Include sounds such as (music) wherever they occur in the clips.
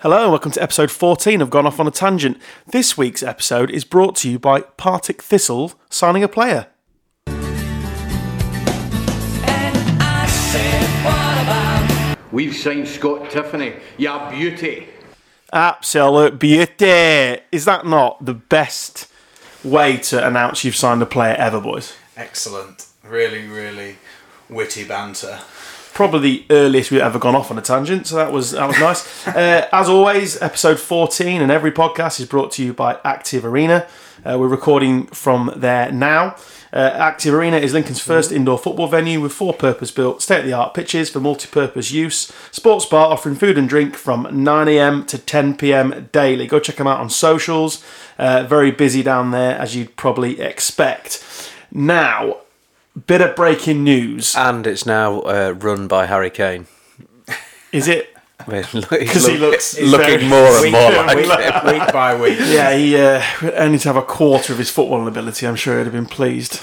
Hello and welcome to episode 14 of Gone Off on a Tangent. This week's episode is brought to you by Partick Thistle signing a player. We've signed Scott Tiffany. Yeah, beauty. Absolute beauty. Is that not the best way to announce you've signed a player ever, boys? Excellent. Really, really witty banter. (laughs) Probably the earliest we've ever gone off on a tangent, so that was that was nice. uh, as always, episode 14 and every podcast is brought to you by Active Arena. Uh, we're recording from there now. Uh, Active Arena is Lincoln's first indoor football venue with four purpose built state of the art pitches for multi purpose use. Sports bar offering food and drink from 9am to 10pm daily. Go check them out on socials. Uh, very busy down there, as you'd probably expect. Now, bit of breaking news. And it's now uh, run by Harry Kane. (laughs) Is it? Because he looks- he's very- looking more and (laughs) Week, more week- like week, by week. Yeah, he uh, only to have a quarter of his footballing ability. I'm sure he'd have been pleased.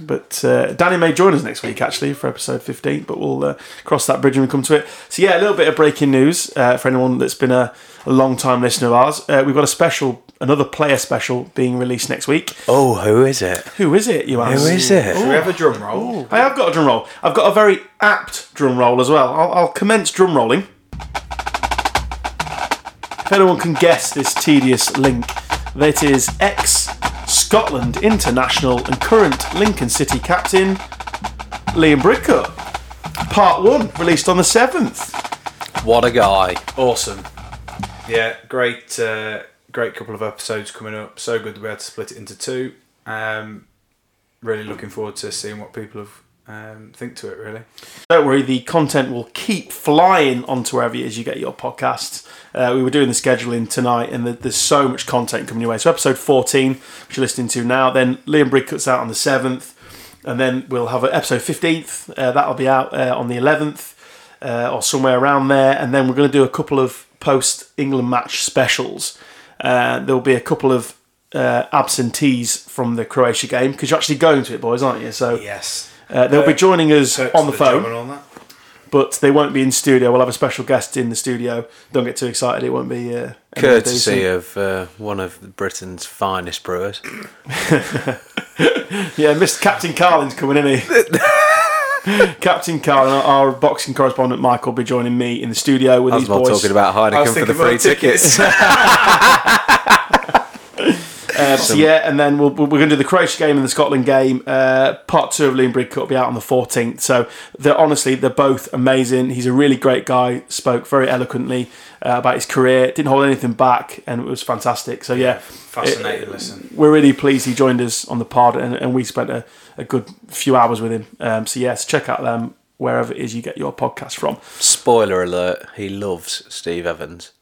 But uh, Danny may join us next week, actually, for episode 15. But we'll uh, cross that bridge when we come to it. So, yeah, a little bit of breaking news uh, for anyone that's been a, a long time listener of ours. Uh, we've got a special, another player special being released next week. (laughs) Oh, who is it? Who is it, you ask? Who is it? Should we have a drum roll? I have got a drum roll. I've got a very apt drum roll as well. I'll, I'll commence drum rolling. If anyone can guess this tedious link, that is ex Scotland international and current Lincoln City captain Liam Bridcutt. Part one, released on the seventh. What a guy. Awesome. Yeah, great, uh, great couple of episodes coming up. So good that we had to split it into two. Um, really looking forward to seeing what people have um, think to it. Really, Don't worry, the content will keep flying onto wherever it is you get your podcasts. Uh, we were doing the scheduling tonight, and th- there's so much content coming your way. So, episode 14, which you're listening to now, then Liam Brigg cuts out on the 7th, and then we'll have a- episode 15th. Uh, that'll be out uh, on the 11th uh, or somewhere around there, and then we're going to do a couple of post England match specials. Uh, there'll be a couple of uh, absentees from the Croatia game because you're actually going to it, boys, aren't you? So, yes. uh, they'll be joining us on the phone and all that. but they won't be in studio. We'll have a special guest in the studio. Don't get too excited; it won't be uh, Courtesy of uh, one of Britain's finest brewers. Yeah, Mr. Captain Carlin's coming in here. (laughs) Captain Carlin, our, our boxing correspondent Mike, will be joining me in the studio with I was these not boys. talking about I was Heineken for the thinking about free tickets. tickets. (laughs) Uh, so yeah, and then we'll, we're going to do the Croatia game and the Scotland game. Uh, part two of Liam Bridcutt will be out on the 14th. So they're honestly, they're both amazing. He's a really great guy. Spoke very eloquently uh, about his career. Didn't hold anything back, and it was fantastic. So yeah, Fascinating listen. We're really pleased he joined us on the pod, and, and we spent a, a good few hours with him. Um, so yes, check out them wherever it is you get your podcast from. Spoiler alert, he loves Steve Evans.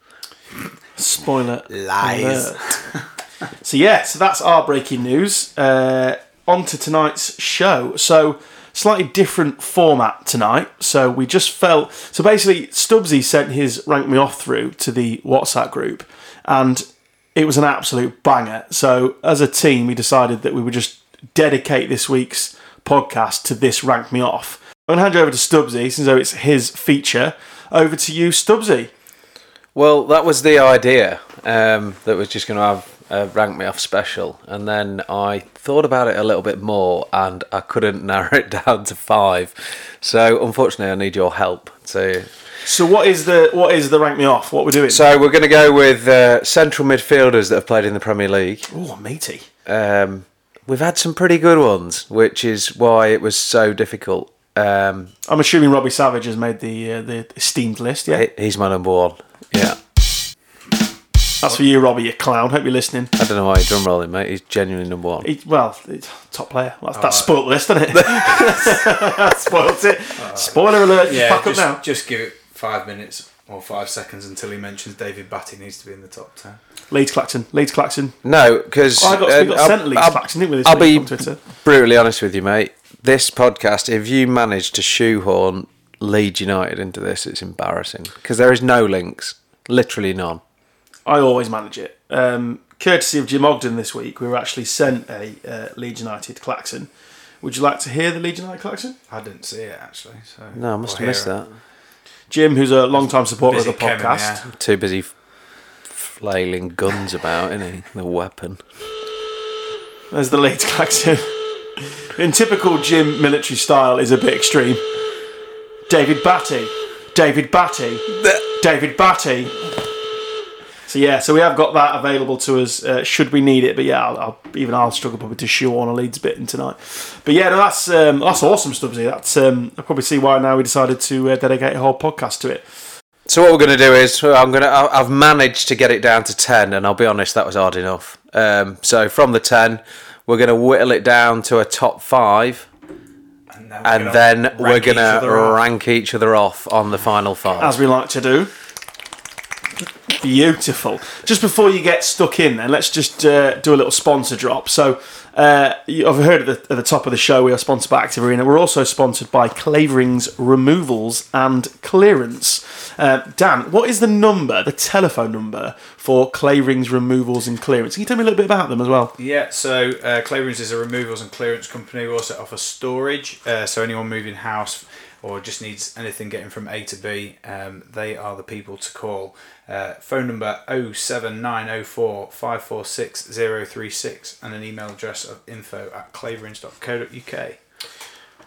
Spoiler Lies. alert. (laughs) so yeah, so that's our breaking news. Uh, on to tonight's show. So slightly different format tonight. So we just felt so basically Stubbsy sent his rank me off through to the WhatsApp group, and it was an absolute banger. So as a team, we decided that we would just dedicate this week's podcast to this rank me off. I'm gonna hand you over to Stubbsy since though it's his feature. Over to you, Stubbsy. Well, that was the idea um, that was just going to have a rank me off special, and then I thought about it a little bit more, and I couldn't (laughs) narrow it down to five. So unfortunately, I need your help to. So what is the what is the rank me off? What we're doing? So we're going to go with uh, central midfielders that have played in the Premier League. oh, matey. Um, we've had some pretty good ones, which is why it was so difficult. Um, I'm assuming Robbie Savage has made the uh, the esteemed list. Yeah, he- he's my number one. Yeah, that's for you, Robbie. You clown. Hope you're listening. I don't know why you're drum rolling, mate. He's genuinely number one. He, well, it's top player. That's, that's spoilt list, isn't it? (laughs) that spoilt it. (laughs) Spoiler alert. Yeah, Fuck just, up just give it five minutes or five seconds until he mentions David Batty needs to be in the top ten. now. Leeds Claxon. Leeds Claxon. No, uh, because Oh, I got- we got sent Leeds Claxon, didn't we, this I'll week be on Twitter? brutally honest with you, mate. This podcast, if you manage to shoehorn Leeds United into this, it's embarrassing because there is no links, literally none. I always manage it. Um, courtesy of Jim Ogden this week, we were actually sent a uh, Leeds United Claxon. Would you like to hear the Leeds United Claxon? I didn't see it actually. So No, I must or have missed hear it. that. Jim, who's a long-time supporter of Busy the Kevin, podcast, yeah. Too busy f- flailing guns about, isn't he? The weapon. There's the lead klaxon. In typical Jim military style, is a bit extreme. David Batty. David Batty. David Batty. So yeah, so we have got that available to us uh, should we need it. But yeah, I'll, I'll, even I'll struggle probably to shoehorn a Leeds bit in tonight. But yeah, no, that's um, that's awesome, Stubbsy. That's um, I probably see why now we decided to uh, dedicate a whole podcast to it. So what we're going to do is well, I'm going to I've managed to get it down to 10 and I'll be honest that was hard enough. Um, so from the 10 we're going to whittle it down to a top 5 And then and then we're rank going each to other up. rank each other off on the final 5. as we like to do. Beautiful. Just before you get stuck in, then let's just uh, do a little sponsor drop. So, uh, you- I've heard at the, at the top of the show we are sponsored by Active Arena. We're also sponsored by Claverings Removals and Clearance. Uh, Dan, what is the number, the telephone number for Claverings Removals and Clearance? Can you tell me a little bit about them as well? Yeah, so uh, Claverings is a removals and clearance company. We also offer storage, uh, so anyone moving house or just needs anything getting from A to B, um, they are the people to call. Uh, phone number 07904 546 036 and an email address of info at claverings.co.uk.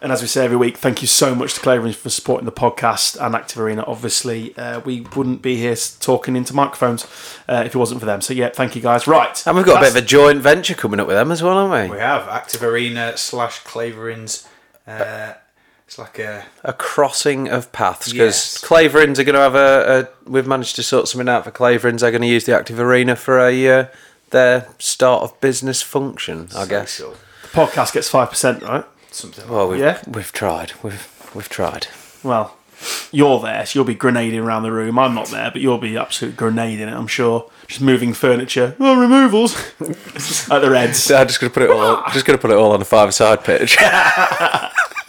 And as we say every week, thank you so much to Claverings for supporting the podcast and Active Arena. Obviously, uh, we wouldn't be here s- talking into microphones uh, if it wasn't for them. So, yeah, thank you guys. Right. and we've got a That's- bit of a joint venture coming up with them as well, haven't we? We have Active Arena slash Claverings. Uh, it's like a. A crossing of paths because Yes. Claverins are going to have a, a. We've managed to sort something out for Claverins. They're going to use the Active Arena for a uh, their start of business function, I guess. social- the podcast gets 5%, right? Something like Well, we've, Yeah. we've tried. We've we've tried. Well, you're there, so you'll be grenading around the room. I'm not there, but you'll be absolute grenading it, I'm sure. Just moving furniture. Oh, removals (laughs) at the Reds. So I'm just gonna put it (laughs) all. Just gonna put it all on a five-side pitch.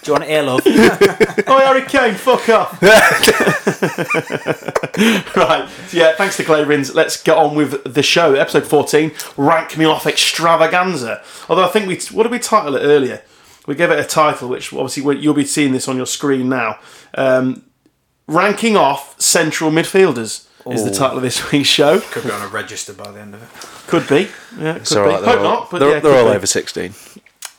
Do you want to air love? Oh, Harry Kane, fuck (laughs) off. (laughs) right. so yeah, thanks to Claverins. Let's get on with the show. Episode 14, Rank Me Off Extravaganza. Although I think we, what did we title it earlier? We gave it a title, which obviously we- you'll be seeing this on your screen now. Um, Ranking Off Central Midfielders is the title of this (laughs) week's show. Could be on a register by the end of it. Could be. Yeah, could It's all be. right. They're Hope all, not, but they're, yeah, they're could all be. over sixteen.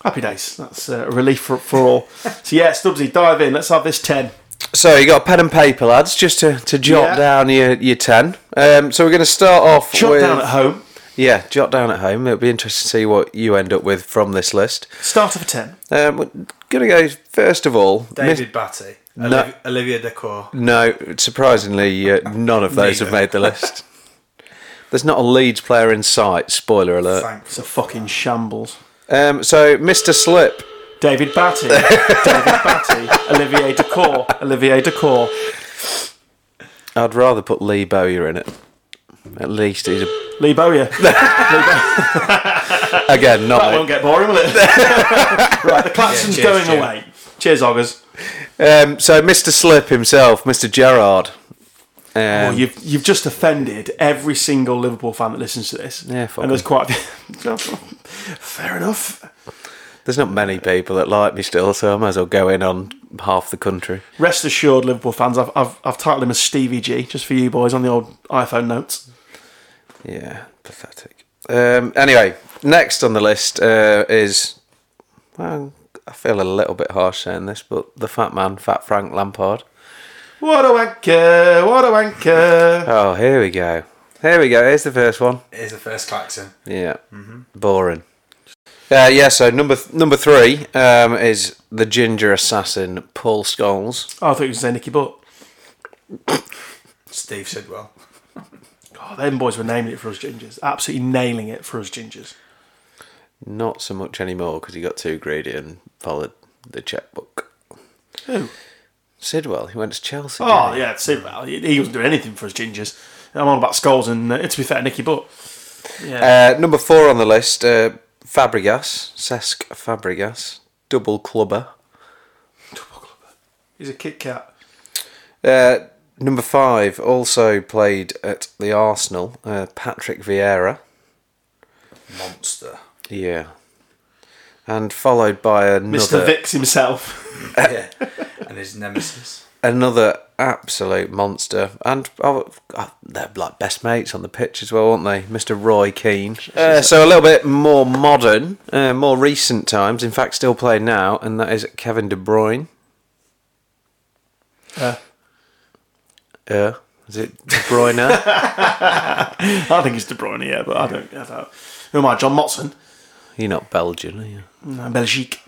Happy days. That's uh, a relief for, for (laughs) all. so yeah, Stubbsy, dive in. Let's have this 10. So you got a pen and paper, lads, just to, to jot Yeah. down your, your ten. Um, so we're going to start off. Shut with, down at home. Yeah, jot down at home. It'll be interesting to see what you end up with from this list. Start of a 10. Um, we're going to go first of all. David Batty. Oliv- Olivia Decor. No, surprisingly, uh, none of those have Neither. made the (laughs) list. There's not a Leeds player in sight. Spoiler alert. It's Thanks. a fucking shambles. Um, so Mr. Slip. David Batty. (laughs) David Batty. Olivier Decor. Olivier Decor. I'd rather put Lee Bowyer in it. At least he's a, Lee Bowyer. that again not. won't get boring, will it? right, the Clapson's Yeah, going cheers, Jim. away. Cheers, Oggers. Um, so Mr. Slip himself, Mr. Gerrard. Um, Well, you've, you've just offended every single Liverpool fan that listens to this. Yeah, fuck And there's them. quite a few. (laughs) Fair enough. there's not many people that like me still, so I might as well go in on half the country. Rest assured, Liverpool fans, I've, I've, I've titled him as Stevie G, just for you boys on the old iPhone notes. Yeah, pathetic. Um, anyway, next on the list uh, is well, I feel a little bit harsh saying this, but the fat man, Fat Frank Lampard. What a wanker, what a wanker. Oh, here we go. Here we go. Here's the first one. Here's the first klaxon. Yeah, Mm-hmm. boring. Uh, yeah, so number th- number three um, is the ginger assassin Paul Scholes. Oh, I thought you were saying Nicky Butt. Steve Sidwell. Oh, them boys were nailing it for us gingers. Absolutely nailing it for us gingers. Not so much anymore because he got too greedy and followed the checkbook. Who? Sidwell, he went to Chelsea. Oh, didn't he? yeah, see, well, he he wasn't doing anything for us gingers. I'm on about Skulls and, uh, to be fair, Nicky Butt. Yeah. Uh, number four on the list, uh, Fabregas, Cesc Fabregas, double clubber. He's a Kit Kat. Uh, number five also played at the Arsenal, uh, Patrick Vieira. Monster. Yeah. And followed by another. Mr. Vix himself. (laughs) yeah. And his nemesis. another absolute monster, and I, I, they're like best mates on the pitch as well, aren't they? Mr. Roy Keane. Uh, so a little bit more modern, uh, more recent times. In fact, still played now, and that is Kevin De Bruyne. Uh. Yeah. Uh, Is it De Bruyne? (laughs) I think it's De Bruyne, yeah, but I don't. I don't. Who am I? John Motson? You're not Belgian, are you? No, Belgique.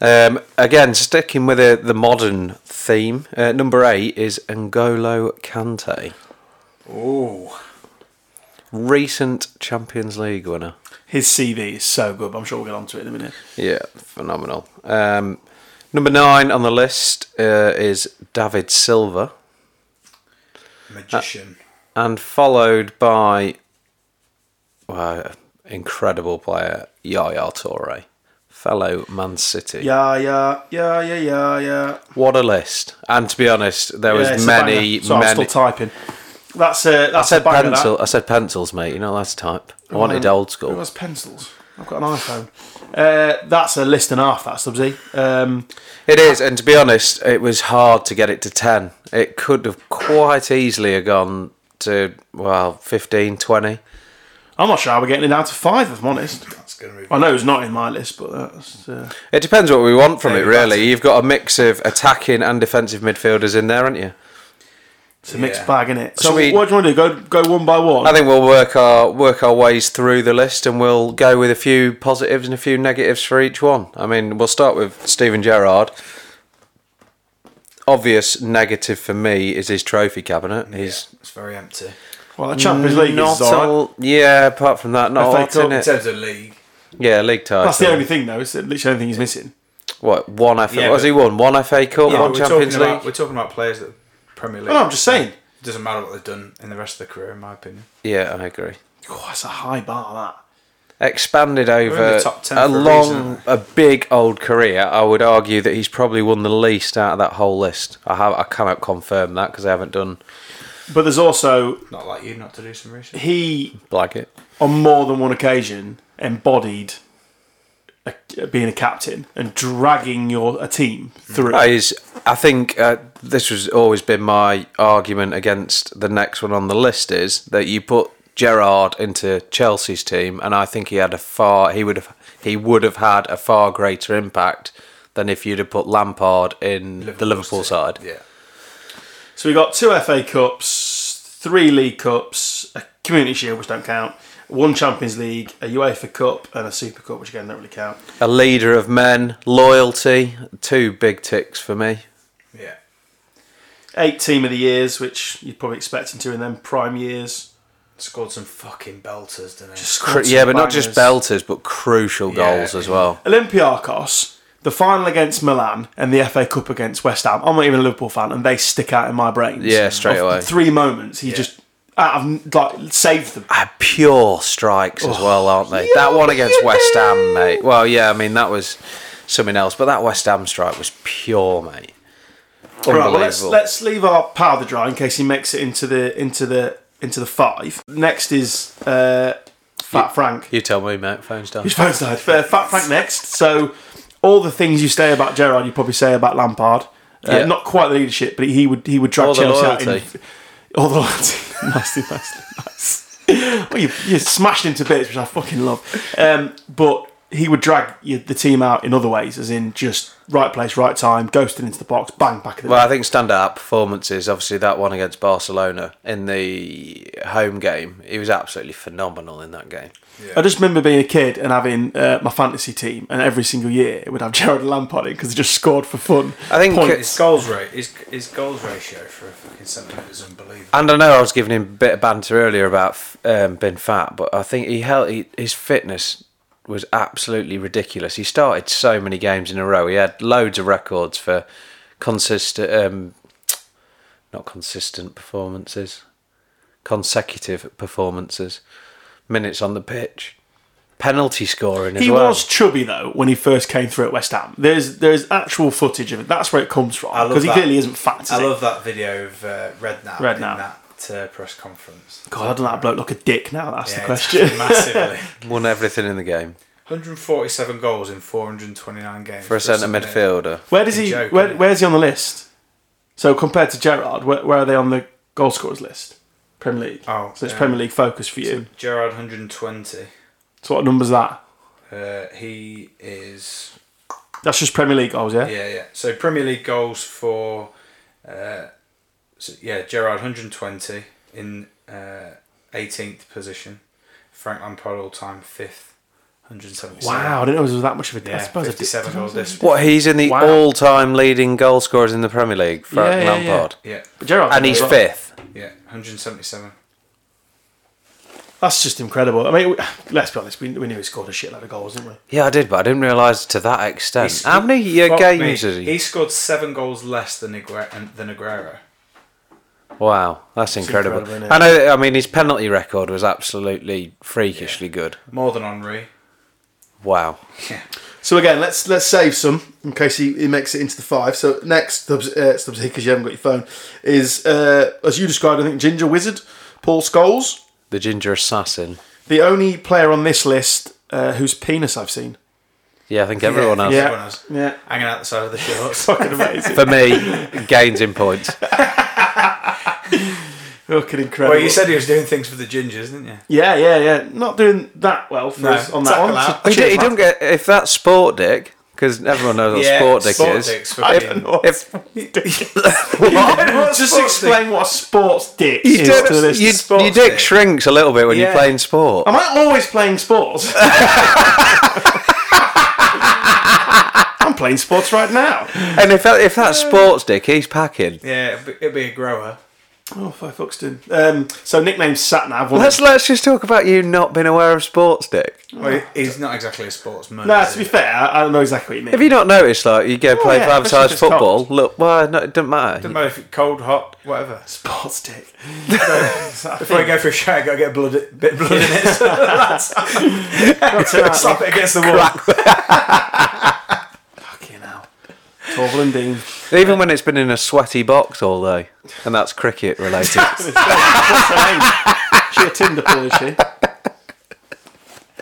Um, again, sticking with the, the modern theme, uh, number eight is N'Golo Kante, Ooh. recent Champions League winner. His CV is so good. But I'm sure we'll get onto it in a minute. Yeah, phenomenal. Um, number nine on the list uh, is David Silva, Magician. and followed by wow, incredible player Yaya Toure, fellow Man City. Yeah, yeah, yeah, yeah, yeah, yeah. What a list! And to be honest, there Yeah, it's was a many, banger. So I'm many. still typing. That's a. That's I said a banger, that. pencil. I said pencils, mate. You know that's type. I wanted Um, old Who school. has pencils? I've got an iPhone. Uh, that's a list and a half. That Stubbsy. Um, It is, and to be honest, it was hard to get it to 10. It could have quite easily have gone to, well, 15, 20. I'm not sure how we're getting it down to five. If I'm honest, That's going to be. I know it's not in my list, but that's. Uh, It depends what we want from it, Maybe really. that's it. You've got a mix of attacking and defensive midfielders in there, aren't you? It's a mixed Yeah. bag, is it? So, Sweet. what do you want to do? Go go one by one. I think we'll work our work our ways through the list, and we'll go with a few positives and a few negatives for each one. I mean, we'll start with Steven Gerrard. Obvious negative for me is his trophy cabinet. His Yeah, it's very empty. well, the Champions League not is alright. all- yeah. Apart from that, FA not a lot Cup, In in it. terms of league, Yeah, league title. That's the only thing, though. It's the literally only thing he's missing. What one FA? Yeah, what has but- he won? One FA Cup, Yeah, one but we're talking, Champions League. about, we're talking about players that Premier League. no, I'm just saying. It doesn't matter what they've done in the rest of their career, in my opinion. Yeah, I agree. Oh, that's a high bar. Expanded in over the top 10 a for a long, reason. a big old career. I would argue that he's probably won the least out of that whole list. I have, I cannot confirm that because I haven't done That. But there's also Not like you not to do (laughs) some research. he Blackett. on more than one occasion embodied a, being a captain and dragging your a team through. That is, I think uh, this has always been my argument against the next one on the list is that you put Gerard into Chelsea's team, and I think he had a far he would have he would have had a far greater impact than if you'd have put Lampard in the Liverpool side. Yeah. So we got two FA Cups, three League Cups, a Community Shield, which don't count, one Champions League, a UEFA Cup, and a Super Cup, which again don't really count. A leader of men, loyalty, two big ticks for me. Yeah. Eight Team of the Years, which you'd probably expect him to in them prime years. Scored some fucking belters, didn't he? Cru- yeah, but not just belters, but crucial Yeah. goals as well. Olympiacos, the final against Milan and the FA Cup against West Ham. I'm not even a Liverpool fan, and they stick out in my brain. Yeah, straight away. Three moments, he just out of, like saved them. are Ah, pure strikes Oh, as well, aren't they? that one against West Ham, mate. Well, yeah, I mean that was something else, but that West Ham strike was pure, mate. Right, well, let's Unbelievable. let's leave our powder dry in case he makes it into the into the into the five. Next is uh, Fat Frank. You tell me, mate. Phone's down. His phone's died. Uh, Fat Frank next. So all the things you say about Gerard, you probably say about Lampard. Uh, Yeah. Not quite the leadership, but he would he would drag All the Chelsea out. In, loyalty. (laughs) all the loyalty. (laughs) nasty, nasty, nasty. Well, you, you smashed into bits, which I fucking love. Um, but he would drag you, the team out in other ways, as in just right place, right time, ghosting into the box, bang, back of the Well, I think standout performances. Obviously, that one against Barcelona in the home game, he was absolutely phenomenal in that game. I just remember being a kid and having uh, my fantasy team, and every single year it would have (laughs) Gerard and Lampard in because they just scored for fun. I think Points. it's- His goals rate, his, his goals ratio for a fucking centre back is unbelievable. And I know I was giving him a bit of banter earlier about um, being fat, but I think he held he, his fitness was absolutely ridiculous. He started so many games in a row. He had loads of records for consistent, um, not consistent performances, consecutive performances, minutes on the pitch, penalty scoring as He well. was chubby though when he first came through at West Ham. There's there's actual footage of it. That's where it comes from I love because he that. clearly isn't fat. Is I he? love that video of uh, Redknapp, Redknapp. in that uh, press conference. God, I don't know that bloke look a dick now. That's Yeah, the it's question. (laughs) Massively. won everything in the game 147 goals in 429 games. for a centre centre midfielder. (laughs) Where does He's he? joking. Where, where's he on the list? So compared to Gerard, where, where are they on the goal scorers list? Premier League. Oh, so it's yeah. Premier League focus for you. Gerard 120. So what number's that? Uh, he is. That's just Premier League goals, yeah. Yeah, yeah. So Premier League goals for. Uh, so yeah, Gerard 120 in uh, 18th position. Frank Lampard all time 5th. 177. Wow, I didn't know it was that much of a. I Yeah, suppose I did- 57 goal this. What he's in the Wow. all-time leading goal scorers in the Premier League, Frank Yeah, yeah, yeah. Lampard, Yeah, But Gerard, and he's fifth. yeah. 177. That's just incredible. I mean, we, let's be honest. We, we knew he scored a shitload of goals, didn't we? Yeah, I did, but I didn't realise to that extent. He's- How many uh, Fuck games me. is he? He scored seven goals less than Aguero. Than Aguero. Wow, that's incredible. incredible, isn't it? I know. I mean, his penalty record was absolutely freakishly good. More than Henri. Wow. So again, let's let's save some in case he, he makes it into the five. So next, Stubbs, uh, Stubbs because you haven't got your phone, is uh, as you described, I think Ginger Wizard, Paul Scholes, The ginger assassin. the only player on this list uh, whose penis I've seen. Yeah, I think everyone has. Yeah. Everyone else. Yeah. Hanging out the side of the shorts. Fucking amazing. (laughs) For me, gains in points. Fucking incredible. well, you said he was doing things for the gingers, didn't you? yeah, yeah, yeah. Not doing that well for No, us on that tackle one. out. So He, cheers, did, he Matt. don't get if that's sport dick because everyone knows what sport dick sport is. dicks I don't fucking- know. If (laughs) Just Sports explain what a sports dick (laughs) you is don't- to this. you- sports your dick dick. Oh. shrinks a little bit when Yeah. you're playing sport. Am I always playing (laughs) sports? I'm playing sports right now. And if that- if that's sports dick, he's packing. Yeah, it'd be, it'd be a grower. Oh, five Foxton. Um, so nickname Satnav. wasn't Let's it? let's just talk about you not being aware of sports dick. Well, he's not exactly a sportsman. No, is to he? be fair, I, I know exactly what you mean. Have you not noticed? Like you go play Oh, yeah, for especially if advertised it's football. Look, well, no, it doesn't matter. Doesn't matter if it's cold, hot, whatever. sports dick. Before I go for a shower, I gotta get blood, a bit of blood in it. So that's- (laughs) slap it against the wall. Fucking hell. Torval and Dean. Even when it's been in a sweaty box all day, and that's (laughs) cricket related. What's her name? She a Tinder pool, is she?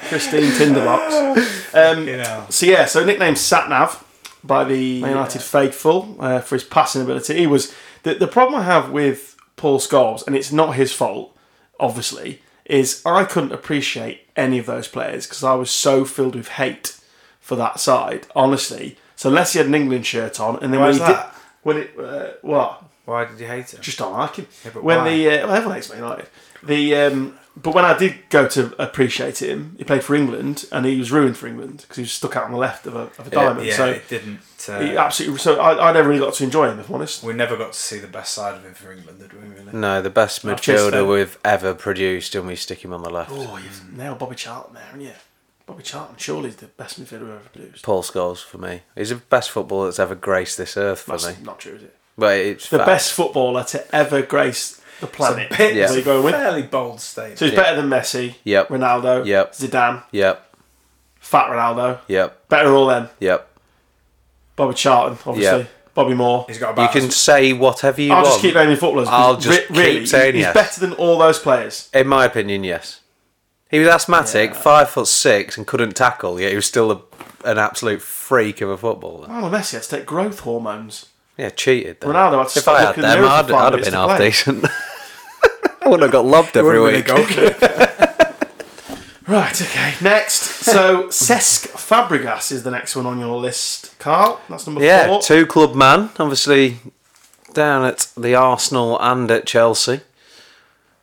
Christine (laughs) Tinderbox. Um, You know. So yeah, so nicknamed Satnav by the Man United faithful uh, for his passing ability. He was the, the problem I have with Paul Scholes, and it's not his fault, obviously, is I couldn't appreciate any of those players because I was so filled with hate for that side. Honestly, so unless he had an England shirt on, and then Why's when he that? did, when it uh, what Why did you hate him? just don't like him. but when why? the uh, well, everyone hates Man United. The um, but when I did go to appreciate him, he played for England and he was ruined for England because he was stuck out on the left of a, of a diamond. yeah, so it didn't. Uh, he absolutely. So I, I never really got to enjoy him, if I'm honest. we never got to see the best side of him for England, did we? Really? no, the best chased midfielder them. we've ever produced, and we stick him on the left. Oh, you've nailed Bobby Charlton there, haven't you? Bobby Charlton surely is the best midfielder we've ever produced. Paul Scholes for me. He's the best footballer that's ever graced this earth for That's me. not true, is it? But it's The fact. best footballer to ever grace the planet. bit- Where you going with? Fairly bold statement. So he's better than Messi, Yep. Ronaldo, Yep. Zidane, Yep, Fat Ronaldo, yep, better than all them. yep. Bobby Charlton, obviously. Yep. Bobby Moore. he's got a You bad can say whatever you I'll want. just keep naming footballers. I'll because just re- keep saying he's yes. better than all those players. In my opinion, yes. He was asthmatic, five foot six, and couldn't tackle. Yet he was still a, an absolute freak of a footballer. Oh, Messi had to take growth hormones. Yeah, cheated. Then. Ronaldo had to if stop I had looking in the them, mirror I'd, for five I'd have minutes been to half play. (laughs) decent. I wouldn't have got lobbed every Wouldn't week. have been a (laughs) goalkeeper. Right. Okay. Next, (laughs) so Cesc Fabregas is the next one on your list, Carl. That's number Yeah, four. two club man, obviously down at the Arsenal and at Chelsea.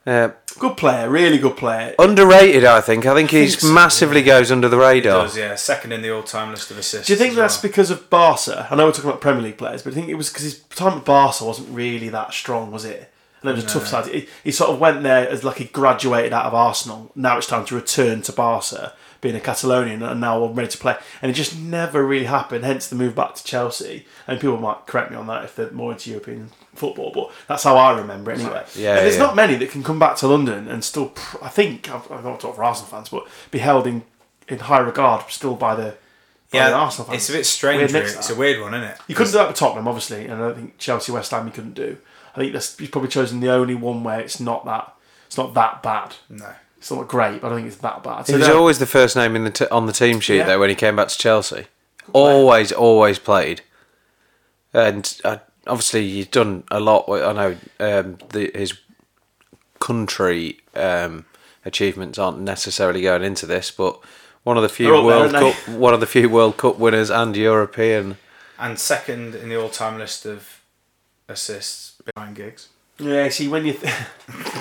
Uh, Good player. Really good player. underrated, I think. I think he's so, massively goes under the (laughs) radar. Does, yeah, second in the all-time list of assists. Do you think as that's well. because of Barca? I know we're talking about Premier League players, but I think it was because his time at Barca wasn't really that strong, was it? And it was a tough side. He, he sort of went there as like he graduated out of Arsenal. Now it's time to return to Barca, being a Catalonian, and now I'm ready to play. And it just never really happened. Hence the move back to Chelsea. And people might correct me on that if they're more into European football, but that's how I remember it anyway. Yeah, and there's yeah. not many that can come back to London and still, pr- I think, I've, I've not talked for Arsenal fans, but be held in in high regard still by the by the Arsenal fans. It's a bit strange. Weird really. mix, It's that. a weird one, isn't it? You couldn't do that with Tottenham, obviously, and I think Chelsea, West Ham, you couldn't do. I think that's you've probably chosen the only one where it's not that it's not that bad. No. It's not great, but I don't think it's that bad. He So was no, always the first name in the t- on the team sheet Yeah. though when he came back to Chelsea. Always, always played, and I obviously you've done a lot. with- I know um, the, his country um, achievements aren't necessarily going into this, but one of the few They're up there, World aren't they? Cup, one of the few World Cup winners and European. and second in the all-time list of assists behind gigs. Yeah, see, when you th- (laughs)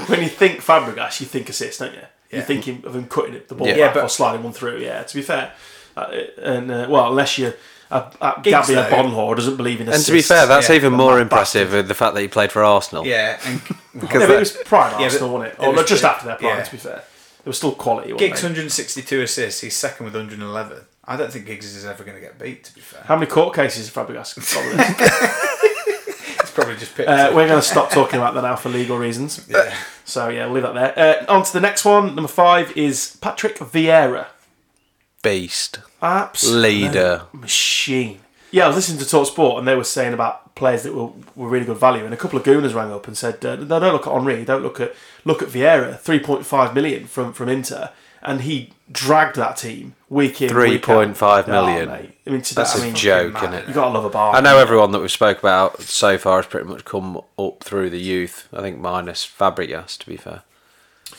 when you think Fabregas, you think assist, don't you? You're Yeah. thinking of him cutting it, the ball Yeah. back Yeah, but- or sliding one through. Yeah, to be fair, uh, and uh, well, unless you, uh, uh, Giggs, Gabby though. Bonhor doesn't believe in And assists. to be fair, that's yeah, even but more that impressive with the fact that he played for Arsenal. Yeah, (laughs) (laughs) and yeah, because but that- it was prime Yeah, Arsenal, but wasn't it? it Or was- just after their prime. yeah. To be fair, there was still quality. wasn't Giggs there? 162 assists. He's second with 111. I don't think Giggs is ever going to get beat. To be fair, How many court cases has Fabregas? Probably. it's probably just (laughs) picked. uh, up. we're going to stop talking about that now for legal reasons. Yeah. So yeah, we'll leave that there. Uh, on to the next one. Number five is Patrick Vieira. beast Absolutely. leader. machine. Yeah, I was listening to Talk Sport and they were saying about players that were, were really good value, and a couple of gooners rang up and said, uh, "No, don't look at Henri, don't look at look at Vieira, three point five million from from Inter, and he dragged that team week in, week out. 3.5 million. Oh, mate. I mean, to That's that, I It's mean, a joke, fucking isn't mad. it? you gotta love a bar. I know everyone that we've spoke about so far has pretty much come up through the youth. I think minus Fabregas, to be fair.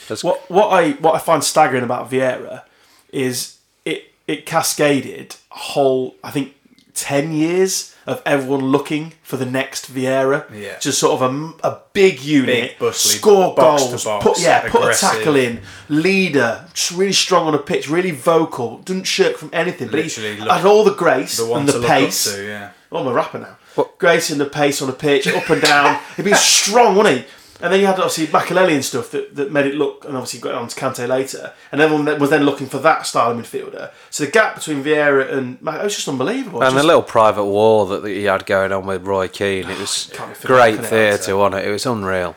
That's What what I what I find staggering about Vieira is it it cascaded a whole I think ten years of everyone looking for the next Vieira. Yeah. Just sort of a, m- a big unit, Big, bustly, score box to goals, box, put yeah, put a aggressive. tackle in, leader, just really strong on a pitch, really vocal, doesn't shirk from anything, but he Literally look- had all the grace the one and the to look pace. up to. Yeah, Oh, I'm a rapper now. Grace in the pace on the pitch, up and down. He'd been strong, wasn't he? And then you had obviously Makaleli and stuff that, that made it look, and obviously got on to Kante later. And everyone then- was then looking for that style of midfielder. So the gap between Vieira and Mac, it was just unbelievable. and Just- the little private war that he had going on with Roy Keane, it was (sighs) can't be forgotten, great can it, theatre, wasn't it? It was unreal.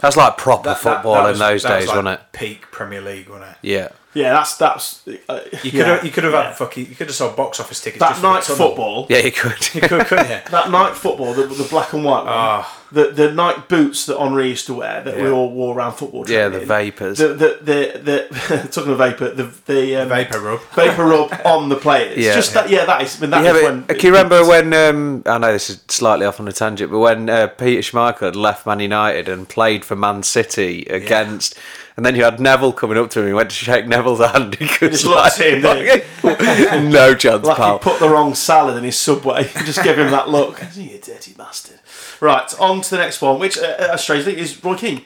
That's like proper football in those that was days, like wasn't it? Peak Premier League, wasn't it? Yeah. yeah, that's that's. Uh, You could have, you could have had fucking you could have sold box office tickets. that just for the night tunnel. football. Yeah, you could. (laughs) You could, couldn't you? (laughs) That night football, the, the black and white one, Ah. the the night boots that Henri used to wear that we Yeah. all wore around football. Yeah, the training. vapours. The the the, the (laughs) talking of vapor, the the, um, Vapor rub. vapor rub on the players. Yeah. Just that, yeah, that is. I mean, that yeah, is but when. can you remember when? Um, I know this is slightly off on a tangent, but when uh, Peter Schmeichel had left Man United and played for Man City against, and then you had Neville coming up to him, he went to shake Neville's hand. He could Just looked at him, didn't (laughs) no chance, Like pal. he put the wrong salad in his subway. and Just give him that look. (laughs) you dirty bastard. Right, on to the next one, which, uh, uh, strangely, is Roy King,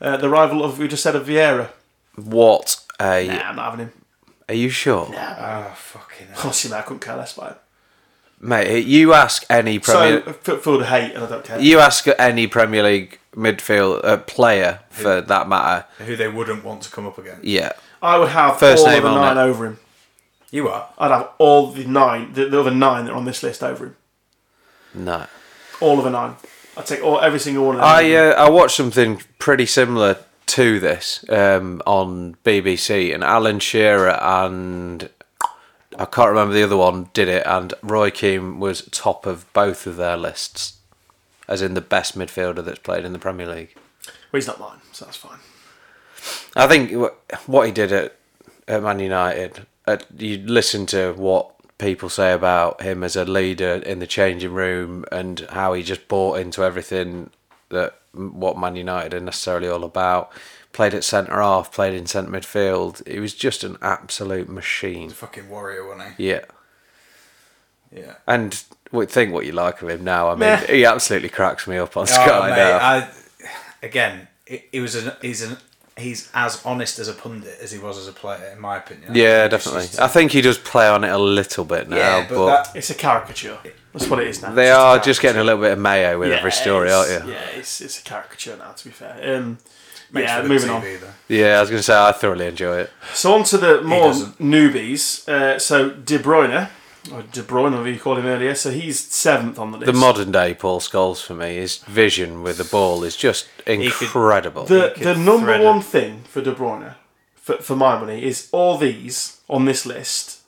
uh, the rival of we just said of Vieira. What a? Nah, I'm not having him. Are you sure, Oh fucking. Hell. Honestly, mate, I couldn't care less about him. mate? You ask any Premier. So f- filled with hate, and I don't care. you ask any Premier League midfield uh, player for that matter. Who they wouldn't want to come up against? Yeah, I would have First all of name the on nine it. over him. You are. I'd have all the nine, the, the other nine that are on this list over him. no. All of the nine. I'd take all, every single one of them. I uh, I watched something pretty similar to this um, on BBC, and Alan Shearer and I can't remember the other one did it, and Roy Keane was top of both of their lists, as in the best midfielder that's played in the Premier League. Well, he's not mine, so that's fine. I think wh- what he did at, at Man United, at, you listen to what people say about him as a leader in the changing room and how he just bought into everything that what Man United are necessarily all about. Played at centre half, played in centre midfield. He was just an absolute machine. Fucking warrior, wasn't he? Yeah. Yeah. And we think what you like of him now. I mean, Meh. he absolutely cracks me up on Oh, Sky mate, now. I, again, he- he was an, he's an, he's as honest as a pundit as he was as a player, in my opinion. yeah, He just definitely. used to- I think he does play on it a little bit now, yeah, but, but that, It's a caricature. That's what it is now. They It's a are caricature. just getting a little bit of mayo with every story, it's- aren't you? Yeah. Yeah, it's, it's a caricature now, to be fair. Um, makes yeah, for good moving on. TV, though. I was going to say I thoroughly enjoy it. So on to the more doesn't. newbies. Uh, so De Bruyne, or De Bruyne, whatever you called him earlier. So he's seventh on the list. The modern day Paul Scholes for me, his vision with the ball is just could- incredible. the, could the number thread one it. thing for De Bruyne, for, for my money, is all these on this list.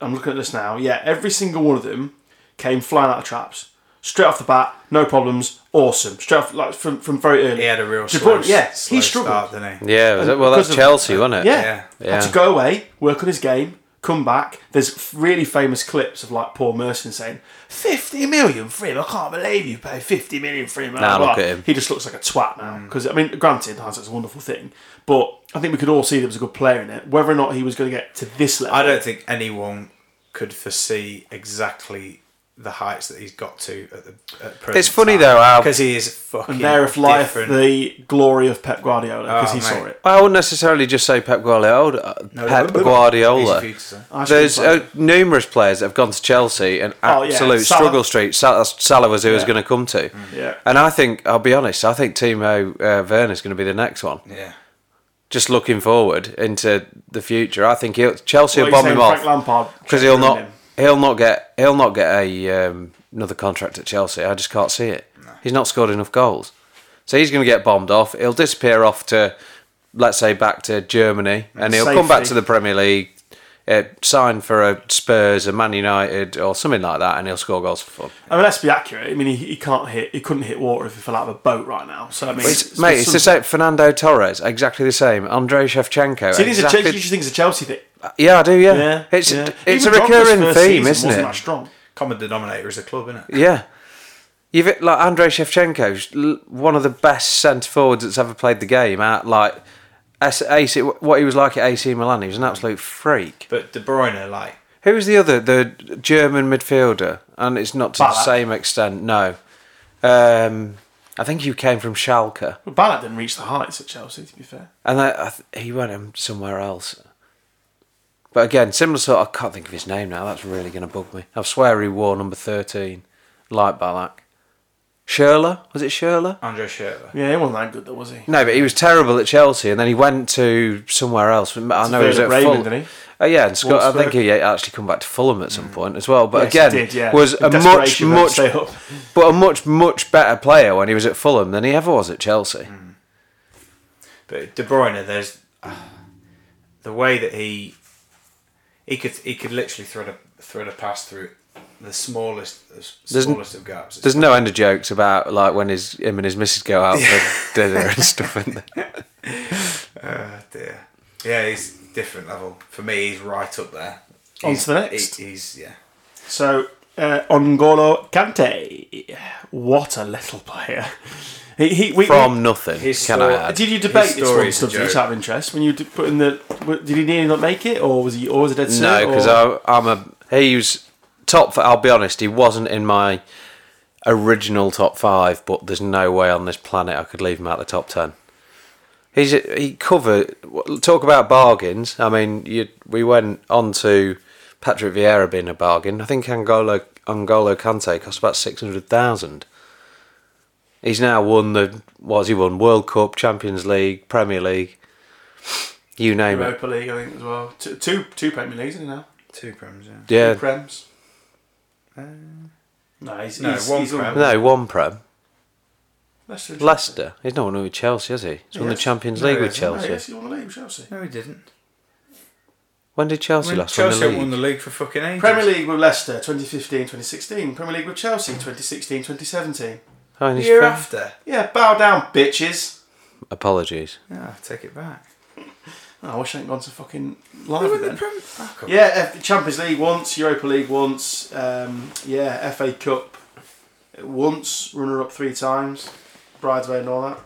I'm looking at this now. Yeah, every single one of them came flying out of traps. Straight off the bat, no problems, awesome. Straight off, like from, from very early. He had a real De slow, Bruyne, yeah, slow he struggled. start, didn't he? yeah, was it- well, because that's of- Chelsea, wasn't it? Yeah. Yeah. Had Yeah. to go away, work on his game, come back. There's f- really famous clips of like Paul Merson saying, 50 million for him. I can't believe you paid 50 million for him. Nah, Blah, look blah. at him. He just looks like a twat now. Mm. Because, I mean, granted, hindsight's a wonderful thing. But I think we could all see there was a good player in it. Whether or not he was going to get to this level. I don't think anyone could foresee exactly the heights that he's got to at the at present It's funny though how because he is fucking and there if life different. the glory of Pep Guardiola because Oh, he mate. saw it. I wouldn't necessarily just say Pep Guardiola. uh, No, Pep but- but- Guardiola. Easy for you to say. I should There's say. uh, numerous players that have gone to Chelsea and Oh, yeah, absolute Salah. struggle street. Salah, Salah was who was Yeah. Mm. going to come to. Yeah. And I think, I'll be honest, I think Timo uh, Werner is going to be the next one. yeah. Just looking forward into the future, I think he'll, Chelsea will Well, bomb he's him saying Frank off Lampard because he'll should not ruin him. he'll not get he'll not get a um, another contract at Chelsea. I just can't see it. He's not scored enough goals, so he's going to get bombed off. He'll disappear off to let's say back to Germany, and he'll come back Safety. to the Premier League, uh, sign for a Spurs, a Man United, or something like that, and he'll score goals for fun. I mean, let's be accurate. I mean, he, he can't hit. He couldn't hit water if he fell out of a boat right now. So I mean, It's, mate, it's the same. Fernando Torres, exactly the same. Andre Shevchenko. See, these are exactly- Chelsea, you should think it's a Chelsea thing. Yeah, I do. Yeah, Yeah, it's yeah. it's Even a Drogba's recurring first theme, season isn't wasn't it? That strong. Common denominator is the club, isn't it? Yeah. You've like Andrei Shevchenko, l- one of the best centre forwards that's ever played the game. At like S- AC, what he was like at AC Milan, he was an absolute freak. But De Bruyne, like, Who was the other, the German midfielder? And it's not to the Ballack. same extent. No, um, I think he came from Schalke, But Ballack didn't reach the heights at Chelsea. To be fair, and I, I th- he went um, somewhere else. But again, similar sort. I can't think of his name now. That's really going to bug me. I swear he wore number thirteen, like Ballack. Schürrle was it Schürrle? Andre Schürrle. yeah, he wasn't that good, though, was he? No, but he was terrible at Chelsea, and then he went to somewhere else. I know he was Werder at Bremen, Fulham. didn't he? Oh, yeah, and Scott, I Wolfsburg. Mm. think he actually come back to Fulham at some point as well. But Yes, he again, did, yeah. was In a much, desperation, he had to much, stay up. but a much, much better player when he was at Fulham than he ever was at Chelsea. Mm. But De Bruyne, there's uh, the way that he he could he could literally thread a thread a pass through the smallest the There's n- smallest of gaps. There's no end of jokes about like when his him and his missus go out for dinner and stuff. And Oh, dear. Yeah, he's different level for me. He's right up there. On He's- to the next. he- he's yeah. So, uh, N'Golo Kante, what a little player. He, he, we, from uh, nothing, His can story- I add? Did you debate His this story one, is a stuff just joke. out of interest? When you d- put in the, w- did he nearly not make it, or was he always a dead set? No, because or- I'm a he was top. I'll be honest, he wasn't in my original top five, but there's no way on this planet I could leave him out the top ten. He's he covered. Talk about bargains. I mean, you, we went on to Patrick Vieira being a bargain. I think Angolo Angolo Kante cost about six hundred thousand. He's now won the what has he won? World Cup, Champions League, Premier League. You name it. Europa League, I think as well. Two, two, two Premier Leagues, isn't he now? Two prims, yeah. Yeah. Two Prems. Uh, no, he's, no, he's, one he's all- Prem. No, one prem. Leicester. Leicester. He's not won with Chelsea, has he? He's won the Yes. Champions No, League he with No, Chelsea. yes, he won the league with Chelsea. No, he didn't. When did Chelsea When last Chelsea win the won league? the league for fucking ages. Premier League with Leicester 2015 2016. Premier League with Chelsea 2016 2017. Oh, and The he's year fa- after. Yeah, bow down, bitches. Apologies. Yeah, I take it back. Oh, I wish I hadn't gone to fucking They live won with the them. Prem- Ah, Fuck off. Yeah, F- Champions League once, Europa League once, um, yeah, FA Cup once, runner up three times, Bridesmaid and all that.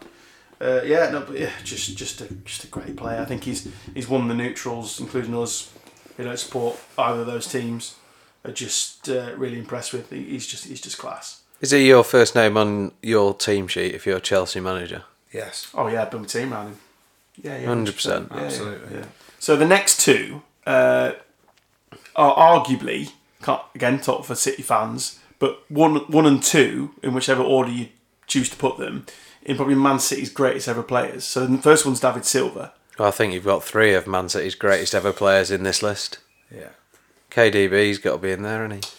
Uh, yeah, no, but yeah, just just a just a great player. I think he's he's won the neutrals, including us, who don't support either of those teams. Are just uh, really impressed with. He- He's just he's just class. Is it your first name on your team sheet if you're a Chelsea manager? Yes. Oh yeah, boom team around him. Yeah, yeah, 100%. yeah, yeah, Absolutely. yeah. So the next two uh, are arguably can't, again top for City fans, but one, one and two in whichever order you choose to put them in probably Man City's greatest ever players. So the first one's David Silva. Well, I think you've got three of Man City's greatest ever players in this list. Yeah. KDB's got to be in there, hasn't he?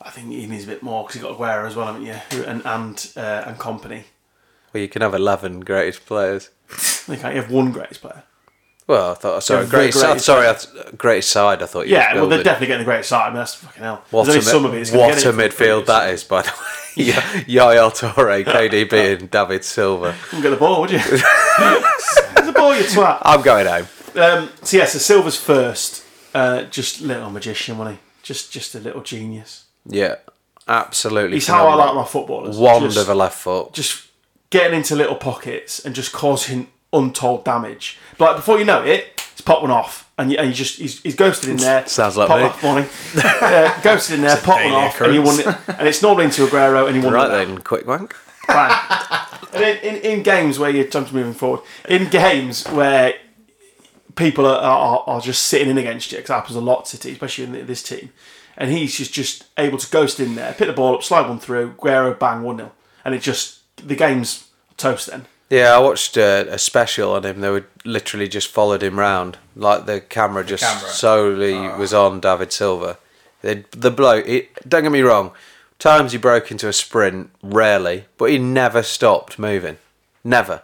I think he needs a bit more because he got Aguero as well, haven't you? Who- And and uh, and company. Well, you can have 11 greatest players. They can't you have one greatest player. Well, I thought, They're sorry, the greatest, greatest- sorry, I th- greatest side, I thought you Yeah, were well, they're building. definitely getting the greatest side. I mean, that's fucking hell. What a, There's mi- only some of it. It's gonna what get a it from the previous. midfield that is, by the way. (laughs) Yeah. Yaya Torre, KDB, and David Silva. Wouldn't get the ball, would you? Get the ball, you twat. I'm going home. Um, so yeah, so Silver's first. Uh, just little magician, wasn't he? Just just a little genius. Yeah, absolutely. He's how I like phenomenal. my footballers. Wand Just- of a left foot. just getting into little pockets and just causing untold damage. But like, before you know it, it's popped one off, and you, and you just he's, he's ghosted in there. (laughs) Sounds like pop me. Off, morning. (laughs) Uh, ghosted in there, popped one daily off, and you won it. And it's normally into Aguero, and he won Right it. then, quick wank. And in, in, in games where your time's moving forward, in games where people are, are, are just sitting in against you, because that happens a lot to teams, especially in this team, and he's just, just able to ghost in there, pick the ball up, slide one through, Guerrero bang, 1 0. And it just, the game's toast then. Yeah, I watched uh, a special on him. They were literally just followed him round, like the camera just camera. solely was on David Silva. The, the bloke, he, don't get me wrong, times he broke into a sprint, rarely, but he never stopped moving, never.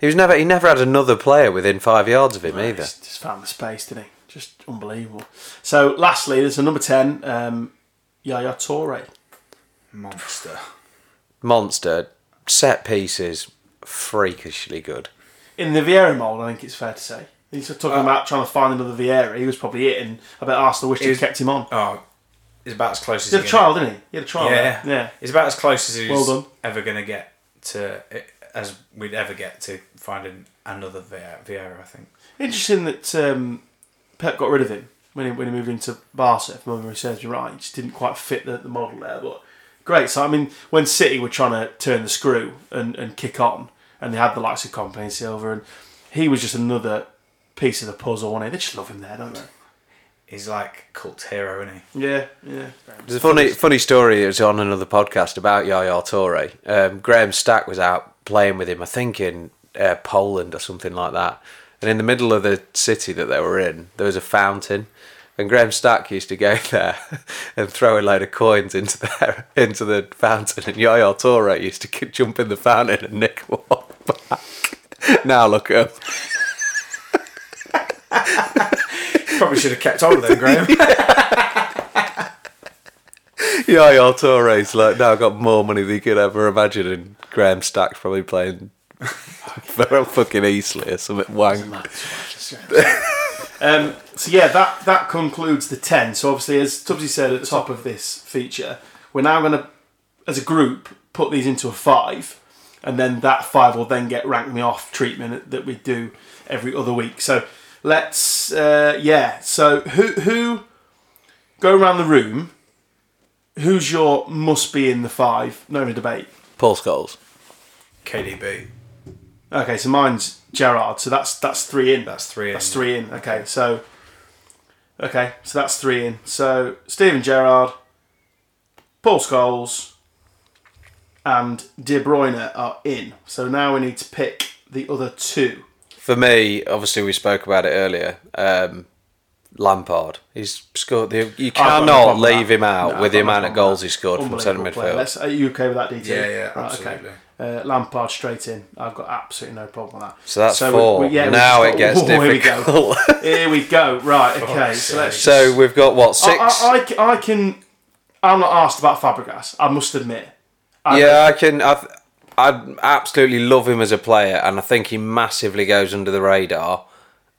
He was never. He never had another player within five yards of him either. Just, just found the space, didn't he? Just unbelievable. So, lastly, there's a number 10, um, Yaya Toure. Monster. Monster set pieces, freakishly good. In the Vieira mould, I think it's fair to say. He's talking about trying to find another Vieira. He was probably it, and I bet Arsenal wished he'd He's- kept him on. Oh, he's about as close as He you had a trial, didn't he? He had a trial. Yeah, there. Oh, Yeah. He's about as close as he's Well done. ever going to get to as we'd ever get to finding another Vie- Vieira. I think. Interesting that um, Pep got rid of him when he, when he moved into Barca, if my memory serves me right. He just didn't quite fit the, the model there. But great. So, I mean, when City were trying to turn the screw and, and kick on, and they had the likes of Company and Silver, and he was just another piece of the puzzle, wasn't he? They just love him there, don't they? He's like cult hero, isn't (laughs) he? Yeah, yeah. There's a funny, funny story. It was on another podcast about Yaya Toure. Um, Graham Stack was out playing with him, I think in uh, Poland or something like that. And in the middle of the city that they were in, there was a fountain, and Graham Stack used to go (laughs) there and throw a load of coins into the (laughs) into the fountain. And Yaya Toure used to k- jump in the fountain and nick (laughs) one back. now look at him. Probably should have kept on with (laughs) him, Graham. Yaya Toure's like now got more money than you could ever imagine, and Graham Stack's probably playing very fucking easily or something. Wang. Um, so yeah, that that concludes the ten. So obviously, as Tubbsy said at the top of this feature, we're now going to, as a group, put these into a five, and then that five will then get rank me off treatment that we do every other week. So let's uh, yeah. So who who go around the room? Who's your must be in the five? No debate. Paul Scholes. KDB. Okay, so mine's Gerard. So that's that's three in. That's three in. That's three in. Okay, so okay, so that's three in. So Steven Gerrard, Paul Scholes, and De Bruyne are in. So now we need to pick the other two. For me, obviously, we spoke about it earlier. Um, Lampard. He's scored. The, you got no cannot problem with leave that. him out No, I've with got no the amount problem of with goals that. he scored from centre Unbelievable player. midfield. Let's, are you okay with that, DT? Yeah, yeah, Right, absolutely. Okay. Uh, Lampard straight in. I've got absolutely no problem with that. So that's we- four. we- yeah, we've Now just it (laughs) gets Whoa, difficult. Here we go. Here we go. (laughs) Right. Okay. So let's So we've got what six? I, I, I, I can. I'm not asked about Fabregas. I must admit. I yeah, I can. I, I absolutely love him as a player, and I think he massively goes under the radar,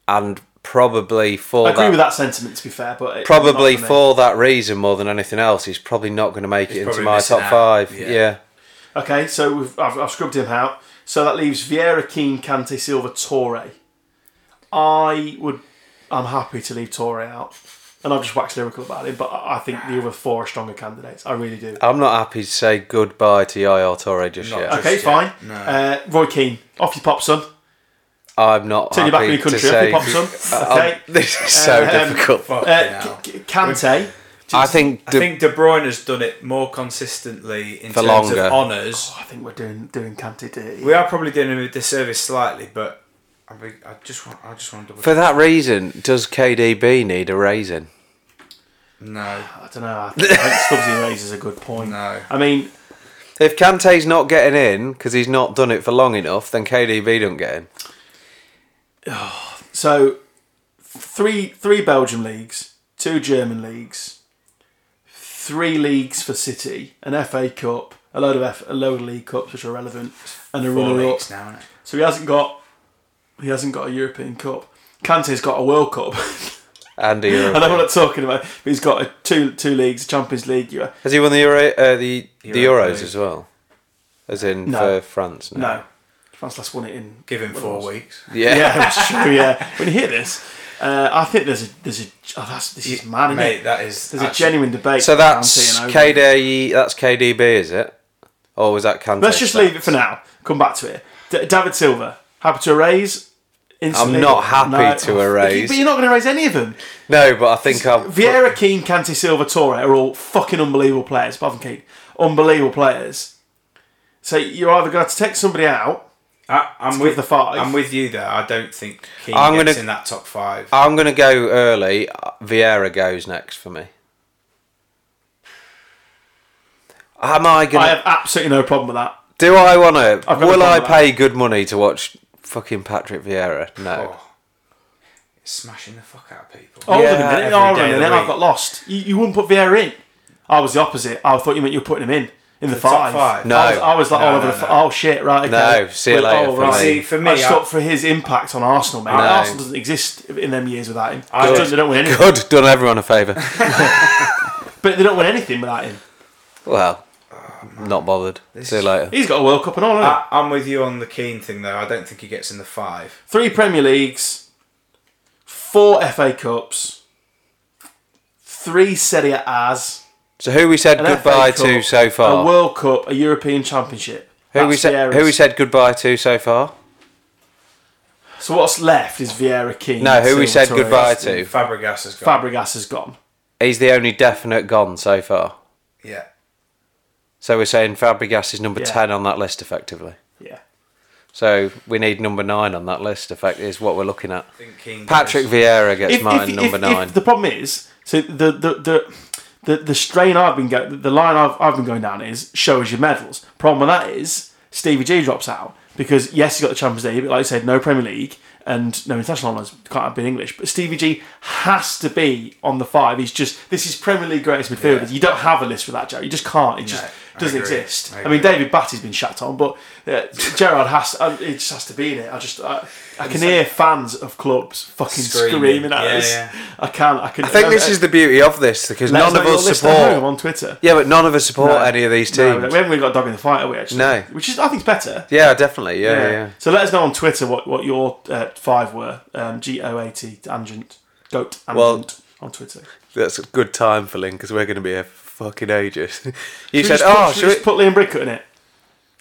and probably for I agree that with that sentiment. To be fair, but it- probably not me. for that reason more than anything else, he's probably not going to make it into probably my missing top out, five. Yeah. yeah. Okay, so we've, I've, I've scrubbed him out. So that leaves Vieira, Keane, Kante, Silva, Torre. I would. I'm happy to leave Torre out, and I've just waxed lyrical about it. But I I think the other four are stronger candidates. I really do. I'm not happy to say goodbye to Yaya Torre just Not yet. just- okay, fine. No. Uh, Roy Keane, off you pop, son. I'm not Turn you happy back in your to country, say. off you pop, son. (laughs) I'm- Okay. this is so Um, difficult. Fucking Uh, hell. K- K- Kante. I think. I De- think De Bruyne's done it more consistently in For terms longer. of honours. I think we're doing doing Kante dirty. We are probably doing him a disservice slightly, but I, be- I just want I just want to double for that reason, does KDB need a raising? No, I don't know. I think, I think Stubbsy raises a good point. No. I mean, If Kante's not getting in because he's not done it for long enough, then KDB don't get in. so three three Belgian leagues, two German leagues, three leagues for City, an FA Cup, a load of F, a load of League Cups which are relevant, and a four runner up. leagues now, isn't it? So he hasn't got he hasn't got a European Cup. (laughs) Kante's got a World Cup. (laughs) Andy. I know what I'm talking about. But he's got a two two leagues, Champions League. You Has he won the Euro, uh, the, the Europa Euros League. as well? As in No. for France? No. no, France last won it in. Give him when four was- weeks. (laughs) Yeah. Yeah, that's true. Yeah, when you hear this, uh, I think there's a there's a oh, that's, this is mad. isn't Mate, it? that is there's actually- a genuine debate. So around that's T and O. KD. That's KDB, is it? Or was that Kante? Let's just stats? leave it for now. Come back to it. D- David Silva, happy to erase. Instantly. I'm not happy to erase. But you're not going to erase any of them. No, but I think I'll. Vieira, Keane, Kante, Silva, Torre are all fucking unbelievable players. Apart from Keane, unbelievable players. So you're either going to have to take somebody out. I, I'm give with the five. I'm with you there. I don't think Keane I'm gets gonna- in that top five. I'm going to go early. Vieira goes next for me. Am I going I to. have absolutely no problem with that. Do I want to. I've got a Will I problem with pay good money to watch fucking Patrick Vieira? No. Oh. It's smashing the fuck out of people. Hold on Yeah, a minute. every Hold day on a of the minute. I week. got lost. You, you wouldn't put Vieira in. I was the opposite. I thought you meant you were putting him in in the, top five. five? No. I was, I was like No, all over no, the. f no. Oh shit! Right. Okay. No, see you Well, later oh, for right. me. See, for me, I just I- thought for his impact on Arsenal, mate. Arsenal doesn't exist in them years without him. I don't, they don't win anything. Good. Done everyone a favour. But they don't win anything without him. well, not bothered. See you later. He's got a World Cup and all. hasn't he? I, I'm with you on the Keane thing though. I don't think he gets in the five. Three Premier Leagues, four FA Cups, three Serie A's. So who we said an FA goodbye to Cup, so far? A World Cup, a European Championship. who we That's said? Who we Vieira's. said goodbye to so far? So what's left is Vieira Keane. No, who we Silva, said Torres. goodbye to. Fabregas has got. Fabregas has gone. He's the only definite gone so far. yeah. So we're saying Fabregas is number Yeah. ten on that list, effectively. Yeah. So we need number nine on that list. Effect is what we're looking at. I think Keane. Patrick goes- Vieira gets If- mine if- number if- nine. If the problem is, so the the the. The, the strain I've been going, the line I've, I've been going down is show us your medals. Problem with that is Stevie G drops out because yes, he's got the Champions League, but like you said, no Premier League and no international honours. Can't have been English, but Stevie G has to be on the five. He's just this is Premier League greatest midfielders. You don't have a list for that, Joe. You just can't. It just I doesn't agree. exist. I I, mean, agree. David Batty's been shat on, but uh, Gerard has. Um, it just has to be in it. I just I, I can hear fans of clubs fucking Screaming. screaming, at Yeah, us. yeah. I can't. I can. I think this is the beauty of this because uh, Let us none of know your us list at home support. on Twitter. Yeah, but none of us support No. any of these No, teams. we haven't really got a dog in the fight, have we? Actually, No. Which is I think is better. yeah, definitely. Yeah, yeah. yeah. So let us know on Twitter what what your uh, five were. Um, G O A T Angent Goat Angent Well- on Twitter. That's a good time for Lynn because we're going to be here for fucking ages. (laughs) you Should we said, just put, "Oh, should we should just it?" put Liam Brickett in it?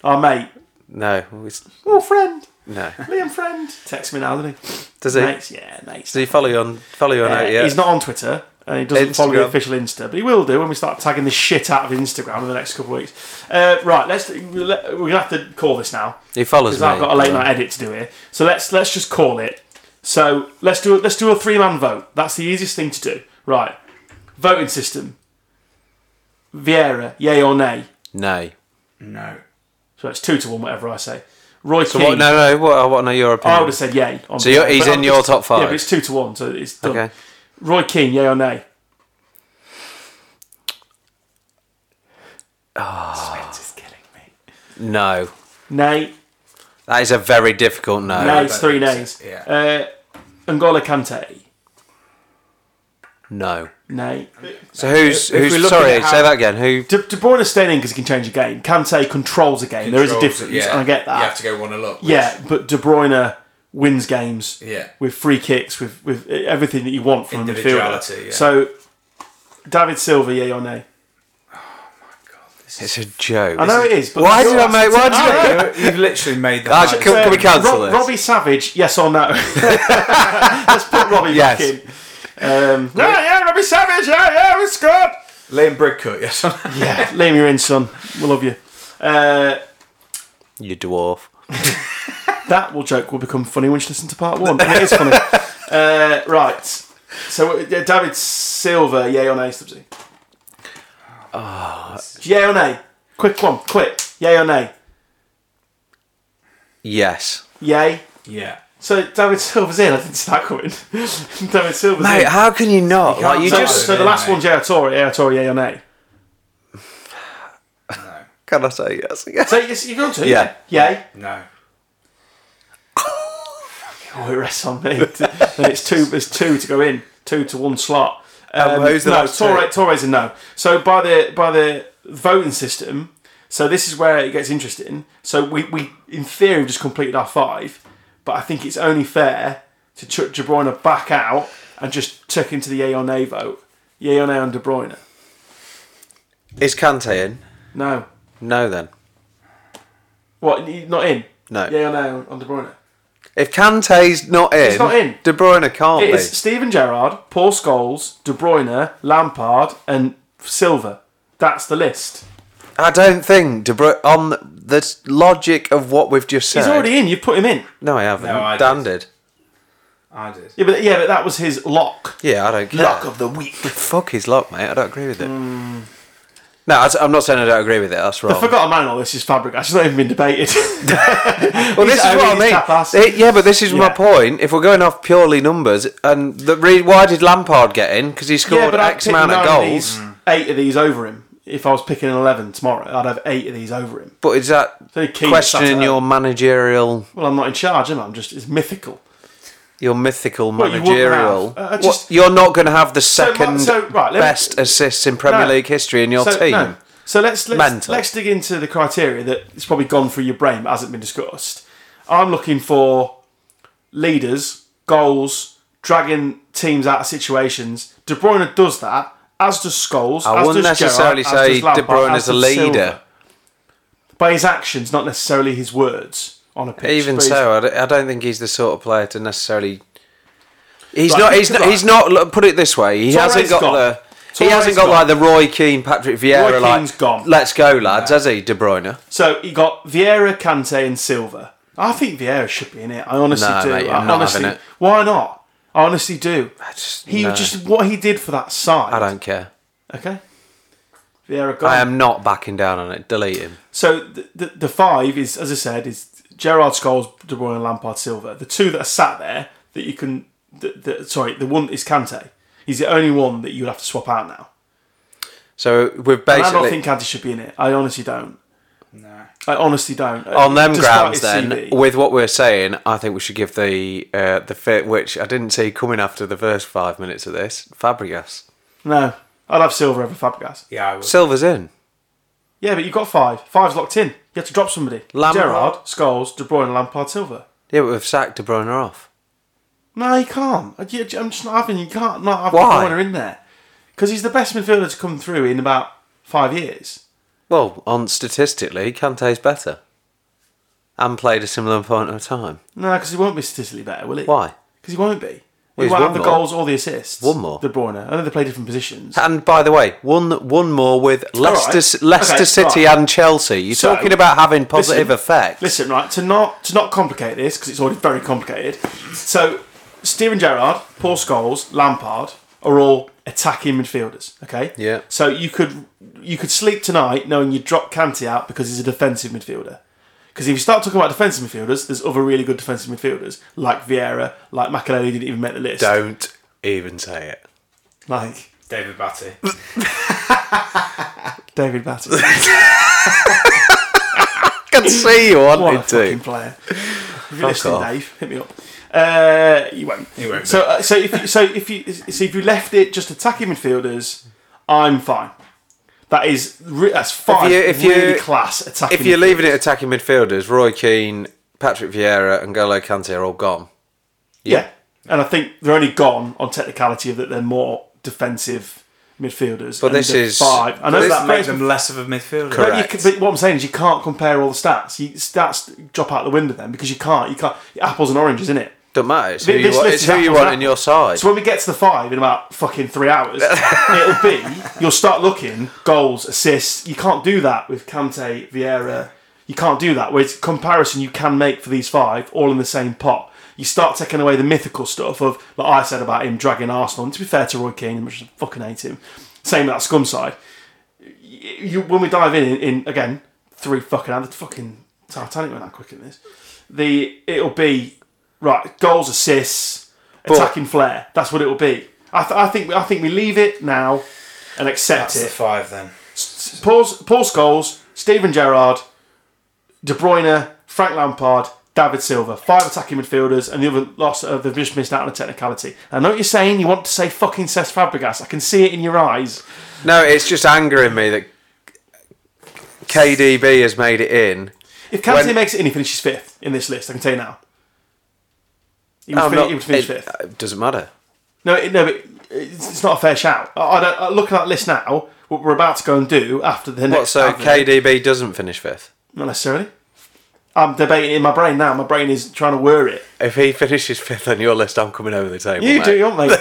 Our mate, No, it's- oh friend, no. Liam friend. Text me now, doesn't he? Does he? Mates, yeah, mates. Does he follow you on? Follow you on? Uh, out yet? He's not on Twitter and he doesn't follow Instagram. the official Insta, but he will do when we start tagging the shit out of Instagram in the next couple of weeks. Uh, right, let's let, we're gonna have to call this now He follows because me. I've got a late night edit to do here. So let's let's just call it. So let's do let's do a three man vote. That's the easiest thing to do. Right, voting system. Vieira, yay or nay? No. No. So it's two to one, whatever I say. Roy So Keane. what? No, no. What? I want to know your I would have opinion. said yay. on So you're- Vieira, he's but in your it's- top five? Yeah, but it's two to one, so it's done. Okay. Roy Keane, yay or nay? Ah. Spence is killing me. No. Nay, That is a very difficult no. nay, it's don't three think nays. so, Oh, yeah. Uh, Angola Kante, No. nay. So who's If- if we're who's? looking Sorry, at how- say that again. Who? De, De Bruyne is staying in because he can change a game. Kante controls a game. there is a Controls difference, it, yeah. and I get that. You have to go one a lot. which- yeah, but De Bruyne wins games Yeah. with free kicks, with with everything that you want from a midfielder. Individuality, yeah. So, David Silva, yay or nay? It's a joke. I know it is, but Why You're did I make? Why asking- did I? You- (laughs) You've literally made the. Ah, she hardest- killed- Can we cancel Rob- this? Um, Robbie Savage, yes or (laughs) no? Let's put Robbie back Yes. in. Um, no, yeah, Robbie Savage, yeah, yeah, we scored. Liam Bridcut. Yes. (laughs) Yeah, Liam, you're in, son. We love you. Uh, You dwarf. that will joke will become funny when you listen to part one. And it is (laughs) funny. uh, right. So, uh, David Silver, yay or nay, Stubbsy? Ah. Yay or nay? Quick one, quick. Yay or nay? Yes. Yay. yeah. So, David Silver's in. I didn't see that coming. (laughs) David Silver's in. Mate, how can you not? like you so, just. so the Yeah, last mate. one's Yaya Torre, Yaya Torre, yay or nay? Can I say yes again? So yes, you're going to? Yeah. Yay. No. (laughs) Oh, it rests on me. Then it's two, there's two to go in. two to one slot. Um, who's the no, last two? Torre, Torre's a no. So by the by the voting system, so this is where it gets interesting. So we, we in theory have just completed our five, but I think it's only fair to chuck De Bruyne back out and just check into the yay or nay vote. Yay or nay on De Bruyne? Is Kante in? No. No, then. What? Not in. No. Yay or nay on- on De Bruyne? If Kante's not in, not in. De Bruyne can't It be. is Steven Gerrard, Paul Scholes, De Bruyne, Lampard, and Silva. That's the list. I don't think De Bruyne on the s- logic of what we've just said. He's already in. You put him in. No, I haven't. No, I Dan did. did. I did. Yeah, but yeah, but that was his lock. Yeah, I don't care. Lock of the week. Fuck his lock, mate. I don't agree with it. Hmm. No, I, am not saying I don't agree with it. That's wrong. I forgot a man. All this is Fabregas. It's not even been debated. (laughs) Well, this He's is what only I tapas. mean. It- yeah, but this is my Yeah. point. If we're going off purely numbers, and the re- why did Lampard get in? Because he scored yeah, but I'd X pick amount of nine goals. these, Mm. eight of these over him. If I was picking an eleven tomorrow, I'd have eight of these over him. But is that So Keane sat questioning out. your managerial, Well, I'm not in charge, am I? I'm just it's mythical. your mythical you wouldn't managerial? have. Uh, I What- just- you're not going to have the my- second so, right, let me- best assists in Premier No. League history in your so, team. no. So let's let's, Mental. let's dig into the criteria that it's probably gone through your brain but hasn't been discussed. I'm looking for leaders, goals, dragging teams out of situations. De Bruyne does that, as does Scholes. I as wouldn't does necessarily Gerrard, as say does Lampard, De Bruyne as is a does leader. Silva. by his actions, not necessarily his words on a pitch. Even but his- so, I don't, I don't think he's the sort of player to necessarily. He's Right, not. He's because not. He's not. look, Put it this way: he Torre's hasn't got gone. the. Torre's he hasn't got gone. like the Roy Keane, Patrick Vieira. Roy like, Keane's gone. Let's go, lads. Has he, De Bruyne? So he got Vieira, Kante, and Silva. I think Vieira should be in it. I honestly No, do. mate, you're I not honestly, having it. why not? I honestly do. just- he no. just what he did for that side. I don't care. Okay. Vieira gone. I am not backing down on it. Delete him. So the, the the five is, as I said, is Gerard, Scholes, De Bruyne, Lampard, Silva. The two that are sat there that you can. That, that, sorry, the one is Kante. He's the only one that you'd have to swap out now. So And I we're don't basically think Kante should be in it. I honestly don't. No. I honestly don't. on them Despite grounds. his Then, CV. with what we're saying, I think we should give the uh, the fit, which I didn't see coming after the first five minutes of this. Fabregas, no, I'd have Silva over Fabregas. Yeah, I would. Silver's in. Yeah, but you got five. Five's locked in. You had to drop somebody. Lampard. Gerard, Scholes, De Bruyne, Lampard, Silva. Yeah, but we've sacked De Bruyne off. No, you can't. I- you- I'm just not having. You can't not have Why? the corner in there because he's the best midfielder to come through in about five years. Well, on statistically, Kante's better. And played a similar point of time. No, because he won't be statistically better, will he? Why? Because he won't be. he Well, he's won't one have the more. goals or the assists. One more. De Bruyne. I know they play different positions. And by the way, one one more with Leicester right. Leicester Okay, City right. and Chelsea. You're So, talking about having positive listen, effects. Listen, right to not to not complicate this because it's already very complicated. So, Steven Gerrard, Paul Scholes, Lampard are all attacking midfielders. Okay. Yeah. So you could you could sleep tonight knowing you drop Kante out because he's a defensive midfielder. Because if you start talking about defensive midfielders, there's other really good defensive midfielders like Vieira, like McAlealy didn't even make the list. Don't even say it. Like David Batty. David Batty. (laughs) I can see you what a wanted fucking to. (laughs) player. If you're listening, off. Dave, hit me up. Uh, you won't. You won't. So, uh, so if you, so if you so if you left it just attacking midfielders, I'm fine. That is re- that's fine. If you- if really you- class attacking. If you're midfielders. leaving it attacking midfielders, Roy Keane, Patrick Vieira, and Golo Kante are all gone. yeah. And I think they're only gone on technicality of that they're more defensive midfielders. But and this the is- five. I know Does this- that that make makes them less of a midfielder? Correct. But, you can, but what I'm saying is you can't compare all the stats. You, stats drop out the window then because you can't. You can't. Apples and oranges, isn't it? Don't matter. It's who Th- you this want, list it's is who you apples want and in your side. So when we get to the five in about fucking three (laughs) hours, it'll be you'll start looking goals, assists. You can't do that with Kante, Vieira. You can't do that. Whereas comparison you can make for these five all in the same pot. You start taking away the mythical stuff of like I said about him dragging Arsenal. And to be fair to Roy Keane, much as I fucking hate him, same with that scum side. Y- You, when we dive in, in, in again three fucking hours, the fucking Titanic went out quick in this. The it'll be right goals, assists, attacking flair. That's what it will be. I, th- I think I think we leave it now and accept That's the it. five then. Paul, Paul Scholes, Stephen Gerrard, De Bruyne, Frank Lampard, David Silva, five attacking midfielders, and the other loss uh, they've just missed out on a technicality. I know what you're saying. You want to say fucking Cesc Fabregas. I can see it in your eyes. No, it's just angering me that KDB has made it in. If Kante When- makes it in, he finishes fifth in this list. I can tell you now. He would, I'm fin- Oh, not- he would finish it- fifth. It doesn't matter. No, it, no, it, it's, it's not a fair shout. I, I don't, I look at that list now. What we're about to go and do after the What? next. So advert. KDB doesn't finish fifth. Not necessarily. I'm debating it in my brain now. My brain is trying to worry it. If he finishes fifth on your list, I'm coming over the table. You mate. do, (laughs) aren't mate.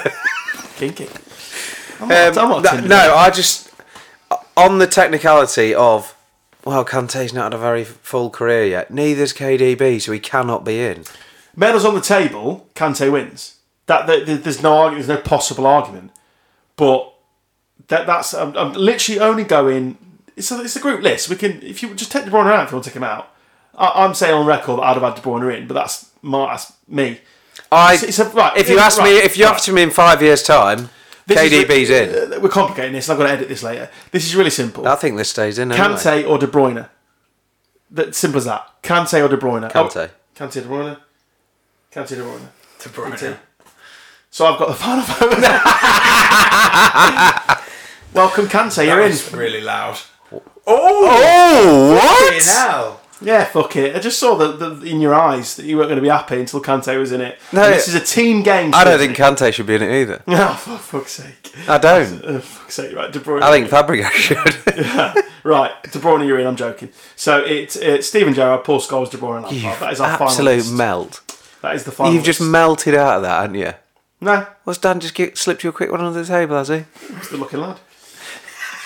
Kinky. I'm not, I'm Um, not that- Tinder. no, I just on the technicality of well, Kante's not had a very full career yet. Neither's KDB, so he cannot be in. medals on the table, Kante wins. That, that there- there's no argument, there's no possible argument. But that that's I'm, I'm literally only going. It's a, it's a group list. We can if you just take De Bruyne out if you want to take him out. I, I'm saying on record that I'd have had De Bruyne in, but that's my that's me. I It's- it's a- right, if you yeah, ask me, right, if you right. ask me in five years' time, This is re- KDB's in. Uh, We're complicating this. I've got to edit this later. This is really simple. I think this stays in. anyway. Kante or De Bruyne. That simple as that. Kante or De Bruyne. Kante. Oh, Kante De Bruyne. Kante De Bruyne. De Bruyne. So I've got the final (laughs) vote. Welcome, Kante. You're That in. was really loud. Oh, what? Now. Yeah, fuck it. I just saw the, the in your eyes that you weren't going to be happy until Kante was in it. No, And this is a team game. I don't Steve. think Kante should be in it either. (laughs) Oh, for fuck's sake. I don't. Oh, fuck's sake. Right, De Bruyne. I think Fabregas should. Right, De Bruyne, you're in. I'm joking. So it's, it's Steven Gerrard, Paul Scholes, De Bruyne, Lampard. that is our final. Absolute list. melt. That is the final. You've just list. melted out of that, haven't you? no. What's Dan just get, slipped you a quick one under the table, has he? good looking lad.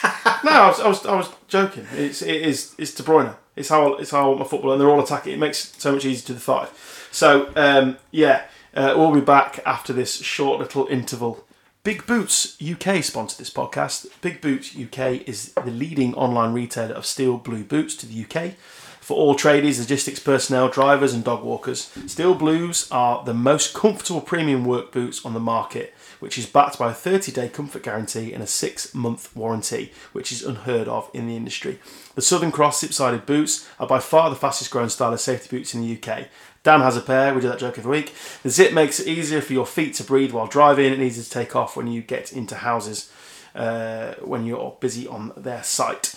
(laughs) no, I was, I was, I was joking. It's, it is, it's De Bruyne. It's how, I- it's how I want my football, and they're all attacking. It makes it so much easier to the five. So, um, yeah, uh, we'll be back after this short little interval. Big Boots UK sponsor this podcast. Big Boots UK is the leading online retailer of steel blue boots to the UK. For all tradies, logistics personnel, drivers, and dog walkers, Steel Blues are the most comfortable premium work boots on the market, which is backed by a 30 day comfort guarantee and a 6 month warranty, which is unheard of in the industry. The Southern Cross zip sided boots are by far the fastest growing style of safety boots in the UK. Dan has a pair, we do that joke every week. The zip makes it easier for your feet to breathe while driving and easier to take off when you get into houses uh, when you're busy on their site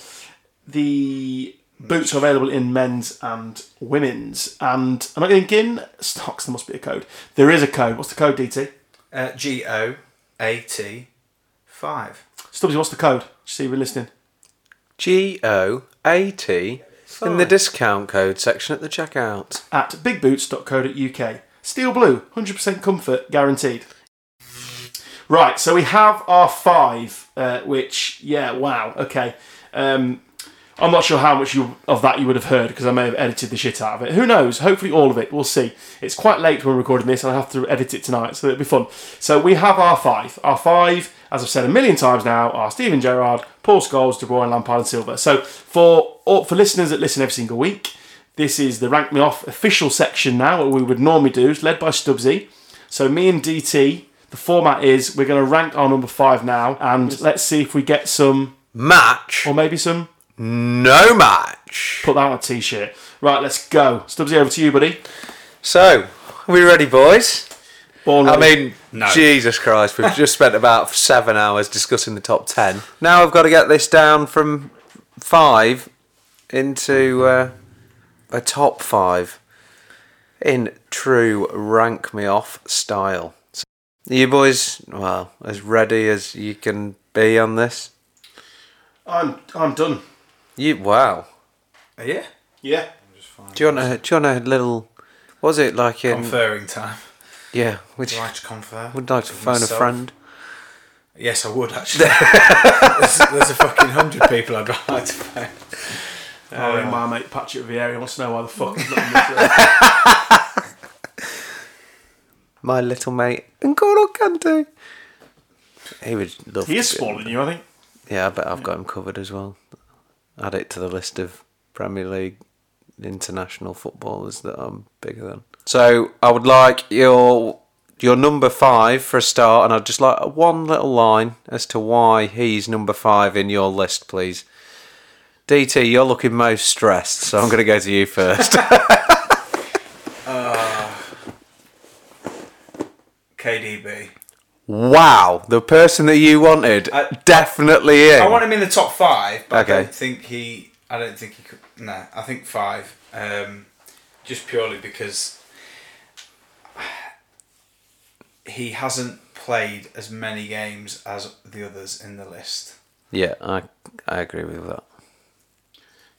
the boots are available in men's and women's. And am I thinking stocks? There must be a code. There is a code. What's the code, DT? Uh, G O A T five. Stubbsy, what's the code? Just so you've been listening. G O A T in the Fine. discount code section at the checkout. At bigboots.co.uk. Steel blue, 100% comfort guaranteed. Right, so we have our five, uh, which, yeah, wow, okay. Um, I'm not sure how much you, of that you would have heard because I may have edited the shit out of it. Who knows? Hopefully, all of it. We'll see. It's quite late when we're recording this, and I have to edit it tonight, so it'll be fun. So we have our five. Our five, as I've said a million times now, are Steven Gerrard, Paul Scholes, De Bruyne, Lampard, and Silva. So for all, for listeners that listen every single week, this is the rank me off official section now, what we would normally do, It's led by Stubbsy. So me and DT. The format is we're going to rank our number five now, and let's see if we get some, Match. or maybe some No match. Put that on a t-shirt. Right, let's go. Stubbsy, over to you, buddy. So, are we ready, boys? Born I ready. mean, Jesus Christ, we've just spent about seven hours discussing the top ten. Now I've got to get this down from five into uh, a top five in true rank me off style. So, are you boys, well, as ready as you can be on this? I'm I'm done. You wow. Uh, yeah. Yeah. Do you want a do you want a little? Was it like in? Conferring time. Yeah, would Do you, you like to confer? would like to with phone myself? a friend. Yes, I would (laughs) actually. there's, there's a fucking hundred people I'd like to phone. Oh, and my mate Patrick Vieira wants to know why the fuck he's not in (laughs) this list. My little mate N'Golo Kante. He would love. He is to be- smaller than you, I think. Yeah, I bet I've got him covered as well. Add it to the list of Premier League international footballers that I'm bigger than. So I would like your your number five for a start, and I'd just like one little line as to why he's number five in your list, please. DT, you're looking most stressed, so I'm going to go to you first. KDB. Wow, the person that you wanted I- definitely in. I want him in the top five, but I Okay. don't think he. I don't think he could. No, I think five. Um, just purely because he hasn't played as many games as the others in the list. yeah, I I agree with that.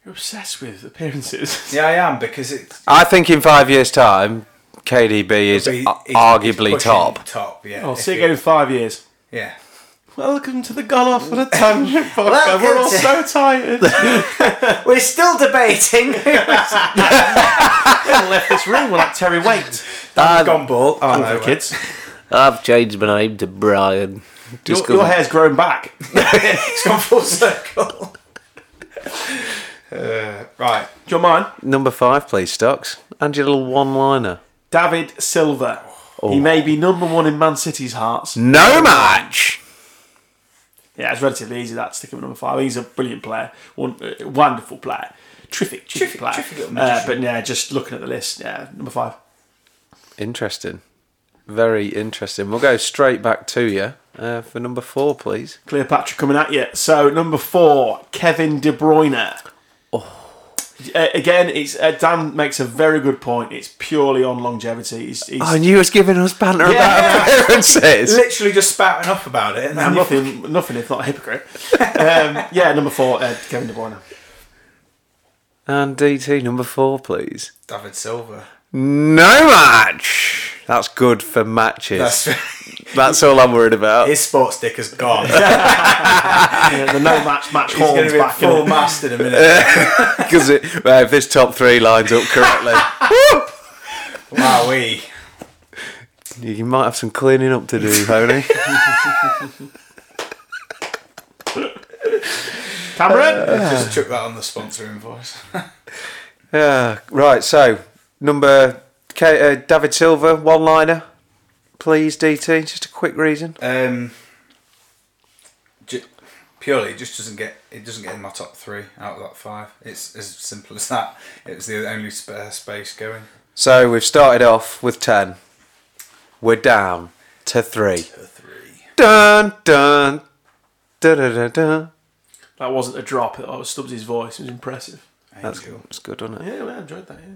You're obsessed with appearances. (laughs) Yeah, I am because it. I think in five years' time, KDB is he- a- he's- arguably he's pushing top. Top, yeah. Oh, I'll if see you he- again in five years. Yeah. Welcome to the Gone Off on a (laughs) Tangent podcast. Welcome We're all to- so (laughs) tired. We're still debating. (laughs) I left this room. We're like Terry (laughs) Wait. I've, Gone ball. Oh, Over, no, kids. I've changed my name to Brian. Your, 'cause your I- hair's grown back. It's gone full circle. uh, right. Do you mind? Number five, please, Stocks. And your little one-liner. David Silva. He may be number one in Man City's hearts. No match. Yeah, it's relatively easy that stick him at number five. He's a brilliant player, one, uh, wonderful player, terrific, terrific Terrific- player. terrific little uh, magician. but yeah, just looking at the list, yeah, number five. Interesting. Very interesting. We'll go straight back to you uh, for number four, please. Cleopatra coming at you. So number four, Kevin De Bruyne. Oh. Uh, again, it's uh, Dan makes a very good point. It's purely on longevity. He's, he's Oh, and you was giving us banter Yeah. about appearances. Literally just spouting off about it, and then you nothing, nothing if not a hypocrite. um, yeah, number four, uh, Kevin De Bruyne. (laughs) and DT number four, please. David Silver. No match. That's good for matches. That's, all I'm worried about. (laughs) His sports stick has gone. He's Yeah, the no match match going horns to be a back. full in it. mast in a minute. Because if this top three lines up correctly, Wowee. (laughs) you might have some cleaning up to do, honey. Cameron, Just chuck that on the sponsor invoice. (laughs) Yeah. Right. So number K, uh, David Silver one liner, please DT. Just a quick reason. Um, ju- purely, it just doesn't get it doesn't get in my top three out of that five. It's as simple as that. It was the only spare space going. So we've started off with ten. We're down to three. The three. Dun dun. Dun, dun, dun, dun. that wasn't a drop. That was Stubbs' voice. It was impressive. That's, Angel. that's good, isn't it? Yeah, I enjoyed that. Yeah.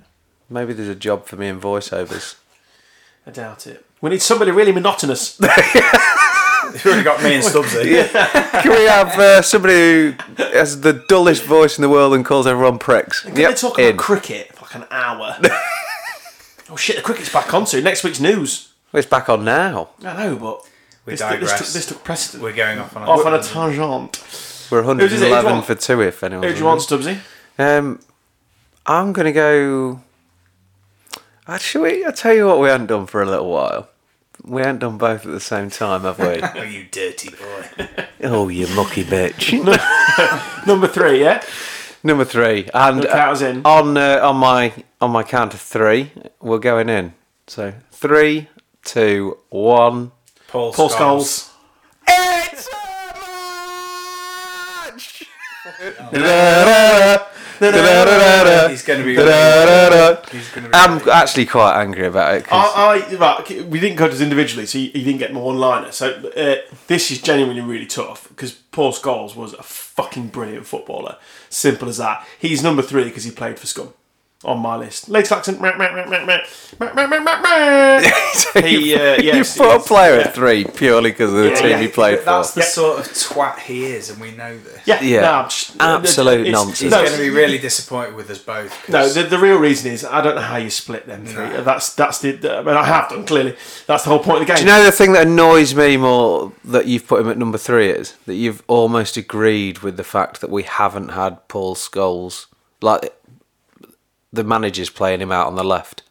Maybe there's a job for me in voiceovers. I doubt it. We need somebody really monotonous. You've already got (laughs) me and Stubbsy. (laughs) Can we have uh, somebody who has the dullest voice in the world and calls everyone pricks? Can they talk about in. cricket for like an hour? oh shit, the cricket's back on soon. Next week's news. Well, it's back on now. I know, but We this, This digress. took, this took precedent. We're going off on a, off on a tangent. We're does it? Who do you 111 want? for two, if anyone. Who do you want, Stubbsy? Um, I'm gonna go. Actually, I tell you what, we haven't done for a little while. We haven't done both at the same time, (laughs) have we? Oh, you dirty boy. oh, you mucky bitch! (laughs) Number three, yeah. Number three, and Look, that was in. on uh, on my on my count of three, we're going in. So three, two, one. Paul, Paul Scholes. It's (laughs) He's going to be. He's going to be. I'm actually quite angry about it. 'cause- I, I right, we didn't go to this individually, so you, you didn't get my one liner. So uh, this is genuinely really tough because Paul Scholes was a fucking brilliant footballer. Simple as that. He's number three because he played for Scum on my list. Latest accent. meh, meh, meh, meh, meh. Meh, meh, meh, meh, meh. (laughs) He, uh, yes, you he put a is, player yeah. at three purely because of the team he played for. That's the sort of twat he is, and we know this. Yeah, Yeah. no, I'm just- uh, Absolute it's- nonsense. He's no, going to be really disappointed with us both. 'cause No, the, the real reason is I don't know how you split them three. That's that's the. I mean, I have done clearly. That's the whole point of the game. Do you know the thing that annoys me more that you've put him at number three is that you've almost agreed with the fact that we haven't had Paul Scholes, like the manager's playing him out on the left,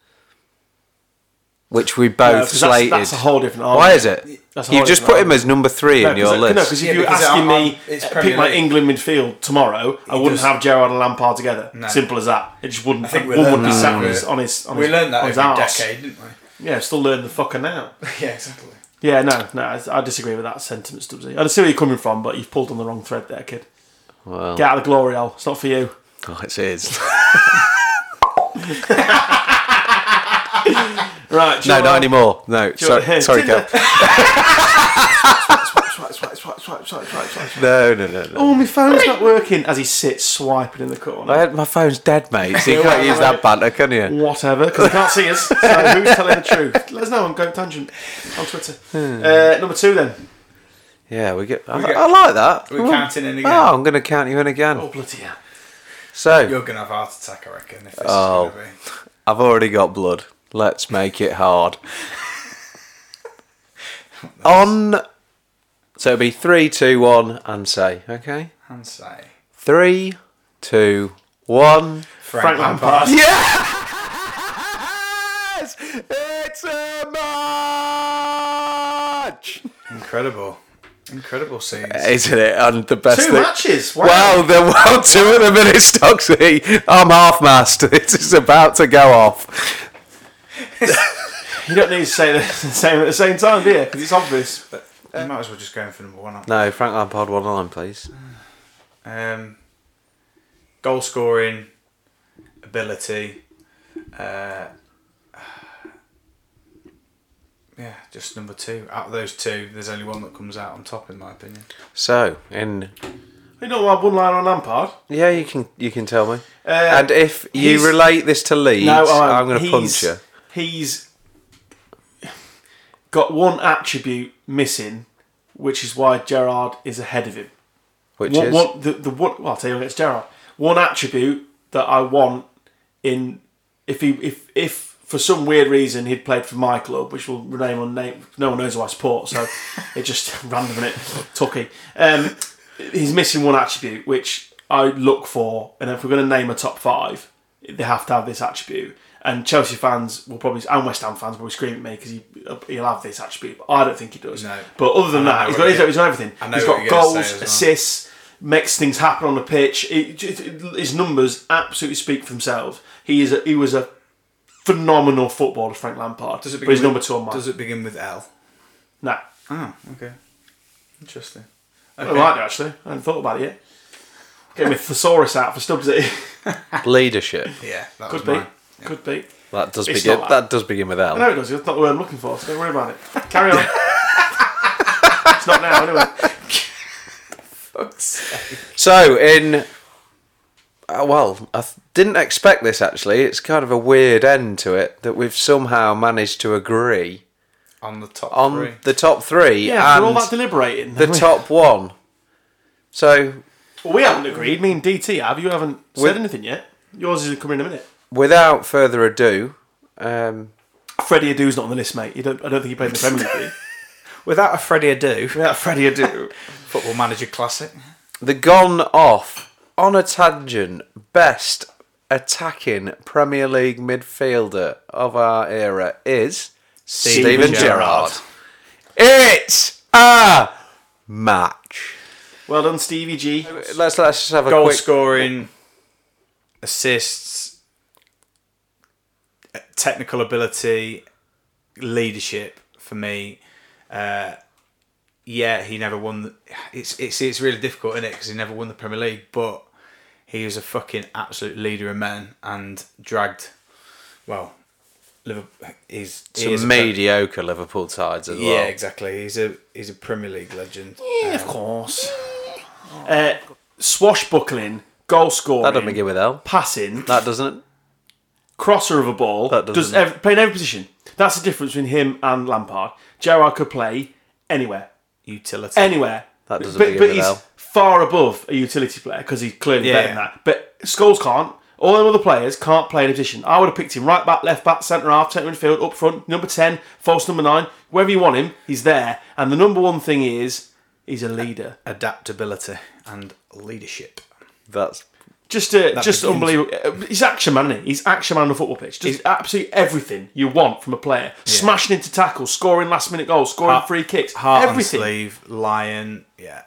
which we both because Uh, that's- slated. that's a whole different Why argument. is it? That's a whole You've just different put him as number three in your no, list. because if Yeah, you were because asking I'm- me it's uh, Premier pick my League. England midfield tomorrow, I wouldn't does- have Gerard and Lampard together. No. Simple as that. It just wouldn't. I think one we learned wouldn't be that sat on over- his on his. On we his, learned that on his over a arse. decade, didn't we? (laughs) Yeah, still learn the fucker now. Yeah, exactly. Yeah, no, no, I, I disagree with that sentiment, Stubbsy. I see where you're coming from, but you've pulled on the wrong thread there, kid. Well, Get out of the glory hole. It's not for you. oh, it is. Right. (laughs) No, sure. not anymore. No, (laughs) sorry, sorry, Kel. Tinder. Swipe, swipe, swipe, swipe, swipe, swipe, swipe. No, no, no, no. Oh, my phone's not working. As he sits swiping in the corner. My- My phone's dead, mate. So you can't use that banter, can you? Whatever, because they can't see us. So who's telling the truth? Let us know on Go Tangent on Twitter. Uh, number two, then. Yeah, we get. I, We get- I like that. we're Oh. counting in again. Oh, I'm going to count you in again. Oh bloody hell! So You're gonna have a heart attack, I reckon. If this Oh. is gonna be. I've already got blood. Let's make it hard. On. So it'll be three, two, one, and say. Okay. And say Three, two, one. Frank Lampard. Yes! It's a match! Incredible, incredible scenes. Isn't it? And the best Two thing. matches. Wow. Well, the well, (laughs) two at the minute, Stocksy. I'm half mast. (laughs) It is about to go off. You don't need to say the (laughs) same at the same time, do you? Because it's obvious. But you might as well just go in for number one. aren't you? No, Frank Lampard, one line, please. Um, goal scoring ability. Uh, yeah, just number two. Out of those two, there's only one that comes out on top, in my opinion. So, in You know what? One line on Lampard. yeah, you can you can tell me. Uh, and if you he's- relate this to Leeds, I- I'm going to oh, punch he's- you. He's got one attribute missing, which is why Gerard is ahead of him. Which One, is one, the, the one, well, I'll tell you against Gerard. One attribute that I want in if he if if for some weird reason he'd played for my club, which will remain unnamed. No one knows who I support, (laughs) so it just (laughs) random it tucky. Um, he's missing one attribute which I look for, and if we're going to name a top five, they have to have this attribute. And Chelsea fans will probably and West Ham fans will probably scream at me because he, he'll have this attribute. But I don't think he does. No. But other than I know that, what he's got, he's got you- he's got everything. I know He's what got you're gonna goals, say as well. assists, makes things happen on the pitch. It, it, his numbers absolutely speak for themselves. He is a, he was a phenomenal footballer, Frank Lampard. Does it but begin he's number with- two on mine. Does it begin with L? Nah, Oh, okay. Interesting. I like that actually. I hadn't thought about it yet. Getting my thesaurus out for stubs. (laughs) It leadership. Yeah, that could was be, mine. could be. That does It's begin. not- That does begin with L. No, it does. It's not the word I'm looking for. So don't worry about it. Carry (laughs) on. it's not now anyway. So in uh, well, I th- didn't expect this actually. It's kind of a weird end to it that we've somehow managed to agree On the top on three. the top three Yeah, after all and that deliberating, the top one. So well, we haven't agreed. Me and DT have. You haven't said anything yet. Yours is coming in a minute. without further ado, um, Freddie Adu's not on the list, mate. You don't, I don't think he played in the Premier League. did he? Without a Freddie Adu, Without Freddie Adu. (laughs) Football Manager Classic. the gone off on a tangent best attacking Premier League midfielder of our era is Steven, Steven Gerrard. Gerrard. It's a match. (laughs) Well done, Stevie G. Let's let's just have a Goal quick. scoring, assists, technical ability, leadership for me. Uh, yeah, he never won. The, it's it's it's really difficult, isn't it? Because he never won the Premier League, but he was a fucking absolute leader of men and dragged. Well, Liverpool. He's he is a Some Pre- mediocre Liverpool sides as well. Yeah, exactly. He's a he's a Premier League legend. Yeah, of course. Uh, swashbuckling, goal scoring, That doesn't begin with L. passing, That doesn't. crosser of a ball, That does doesn't- ev- playing every position. That's the difference between him and Lampard. Gerrard could play anywhere, Utility. anywhere. That doesn't But, begin but with he's L. far above a utility player because he's clearly Yeah. better than that. But Scholes can't. All them other players can't play in a position. I would have picked him right back, left back, centre half, centre midfield, up front, number ten, false number nine, wherever you want him, he's there. And the number one thing is he's a leader. adaptability and leadership. That's Just a, just begins- unbelievable. uh, He's action man, isn't he? He's action man on the football pitch. Does absolutely everything you want from a player. Smashing into tackles, scoring last minute goals, scoring free kicks, Heart everything. on sleeve, lion. Yeah,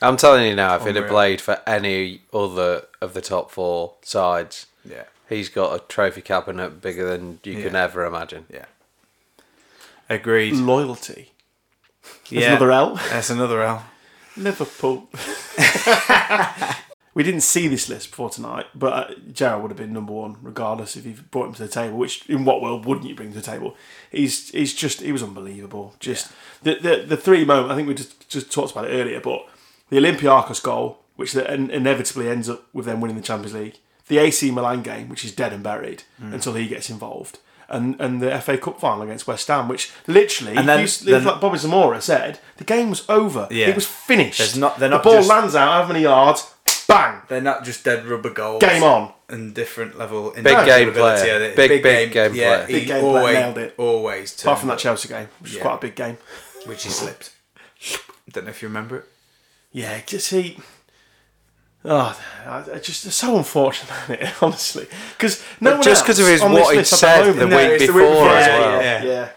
I'm telling you now, if he'd have Unreal. played for any other of the top four sides, yeah, he's got a trophy cabinet bigger than you can Yeah. ever imagine. yeah. Agreed. Loyalty. There's yeah. another L. That's another L. Liverpool. (laughs) we didn't see this list before tonight, but uh, Gerald would have been number one regardless if you brought him to the table. Which in what world wouldn't you bring to the table? He's he's just he was unbelievable. Just the, the the three moments. I think we just just talked about it earlier, but the Olympiacos goal, which the, in- inevitably ends up with them winning the Champions League. The AC Milan game, which is dead and buried Mm. until he gets involved. And, and the FA Cup final against West Ham, which literally, And then- if you- if then- like Bobby Zamora said, the game was over. Yeah. It was finished. There's not- they're the not ball just- lands out, how many yards? Bang! They're not just dead rubber goals. Game on. And different level. Big game individual player. ability. Big, big game yeah, player. he Big game player, always, nailed it. Always. Apart from turned that Chelsea game, which was Yeah. quite a big game. up, Which he slipped. Don't know if you remember it. Yeah, just he. Oh, I- I just it's so unfortunate, isn't it? (laughs) Honestly, because no But one just 'cause because of his- what he'd said the week before yeah, as well. Yeah, yeah.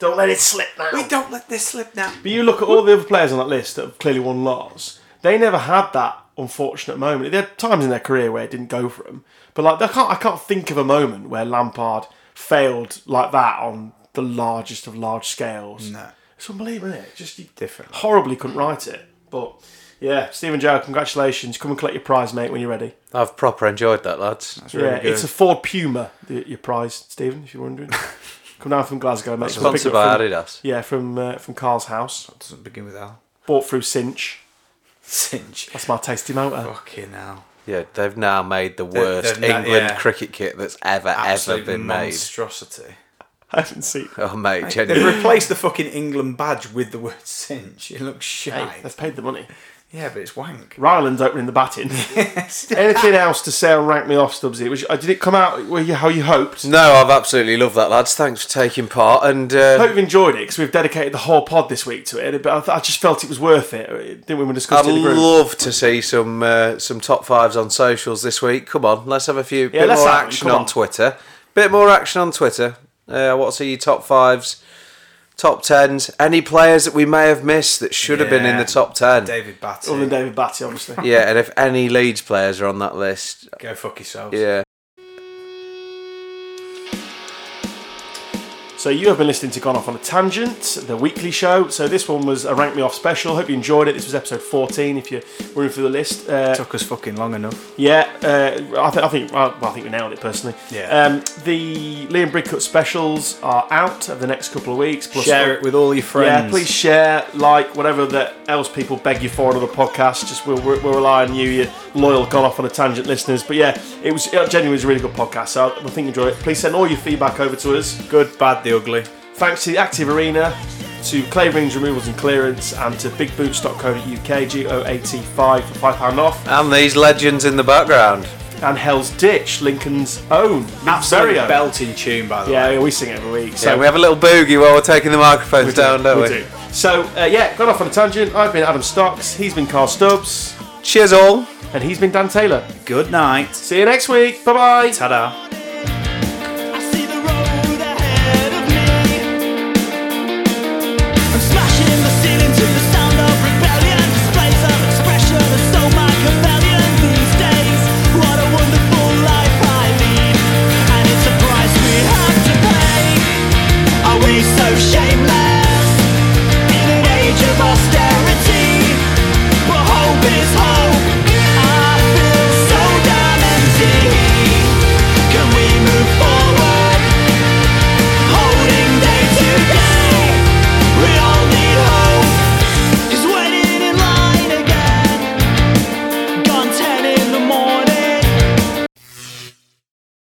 Don't let it slip now. don't let this slip now. But you look at all the other players on that list that have clearly won lots. They never had that unfortunate moment. There are times in their career where it didn't go for them, but like I can't, I can't think of a moment where Lampard failed like that on the largest of large scales. No. it's unbelievable, isn't it? Just you Different. Horribly couldn't write it, but yeah, Stephen Gerrard, congratulations. Come and collect your prize, mate, when you're ready. I've proper enjoyed that, lads. really yeah, good. it's a Ford Puma, the, your prize, Stephen. If you're (laughs) wondering, come down from Glasgow, mate. Come pick Sponsored it up by from- Adidas. Yeah, from uh, from Carl's house, Doesn't begin with L. bought through Cinch. Cinch. That's my tasty motor. Fucking hell. Yeah, they've now made the worst they've now- England yeah. cricket kit that's ever, Absolute ever been monstrosity. (laughs) I haven't seen. made. Oh, mate, They've genuinely. replaced the fucking England badge with the word cinch. It looks Hey, shite. they've paid the money. yeah, but it's wank. Ryland's opening the batting. (laughs) Anything else to say on rank me off, Stubbsy? Which uh, did it come out where you, how you hoped? No, I've absolutely loved that, lads. Thanks for taking part. And uh, I hope you've enjoyed it because we've dedicated the whole pod this week to it. But I, th- I just felt it was worth it. uh, Didn't we? when we I'd discussed it in the group. love to see some uh, some top fives on socials this week. Come on, let's have a few bit let's more have them, action come on, on. Twitter. Bit more action on Twitter. Uh, I want to see your top fives, top tens, any players that we may have missed that should have been in Yeah. the top ten. David Batty. Other than David Batty, obviously. Yeah, and if any Leeds players are on that list, Go fuck yourselves. yeah. So you have been listening to Gone Off on a Tangent, the weekly show. So this one was a rank me off special. Hope you enjoyed it. This was episode 14. If you're running through the list, uh, Took us fucking long enough. Yeah, uh, I, th- I think well, I think we nailed it personally. Yeah. Um, the Liam Bridcut specials are out over the next couple of weeks. Plus Share it with all your friends. Yeah, please share, like, whatever that else people beg you for on other podcasts. Just we'll, we'll rely on you, you loyal gone off on a tangent listeners. But yeah, it was it genuinely was a really good podcast. So I think you enjoyed it. Please send all your feedback over to us. Good, bad, the ugly. Thanks to the Active Arena, to Clay Rings Removals and Clearance, and to BigBoots.co.uk G O A T five for five pound off And these legends in the background. and Hell's Ditch, Lincoln's own. Absolutely Very own. belting tune, by the Yeah, way. yeah, we sing it every week. So So we have a little boogie while we're taking the microphones down, don't we? do. So, uh, yeah, gone off on a tangent. I've been Adam Stocks, he's been Carl Stubbs, Cheers all. and he's been Dan Taylor. Good night. See you next week. Bye bye. Ta-da.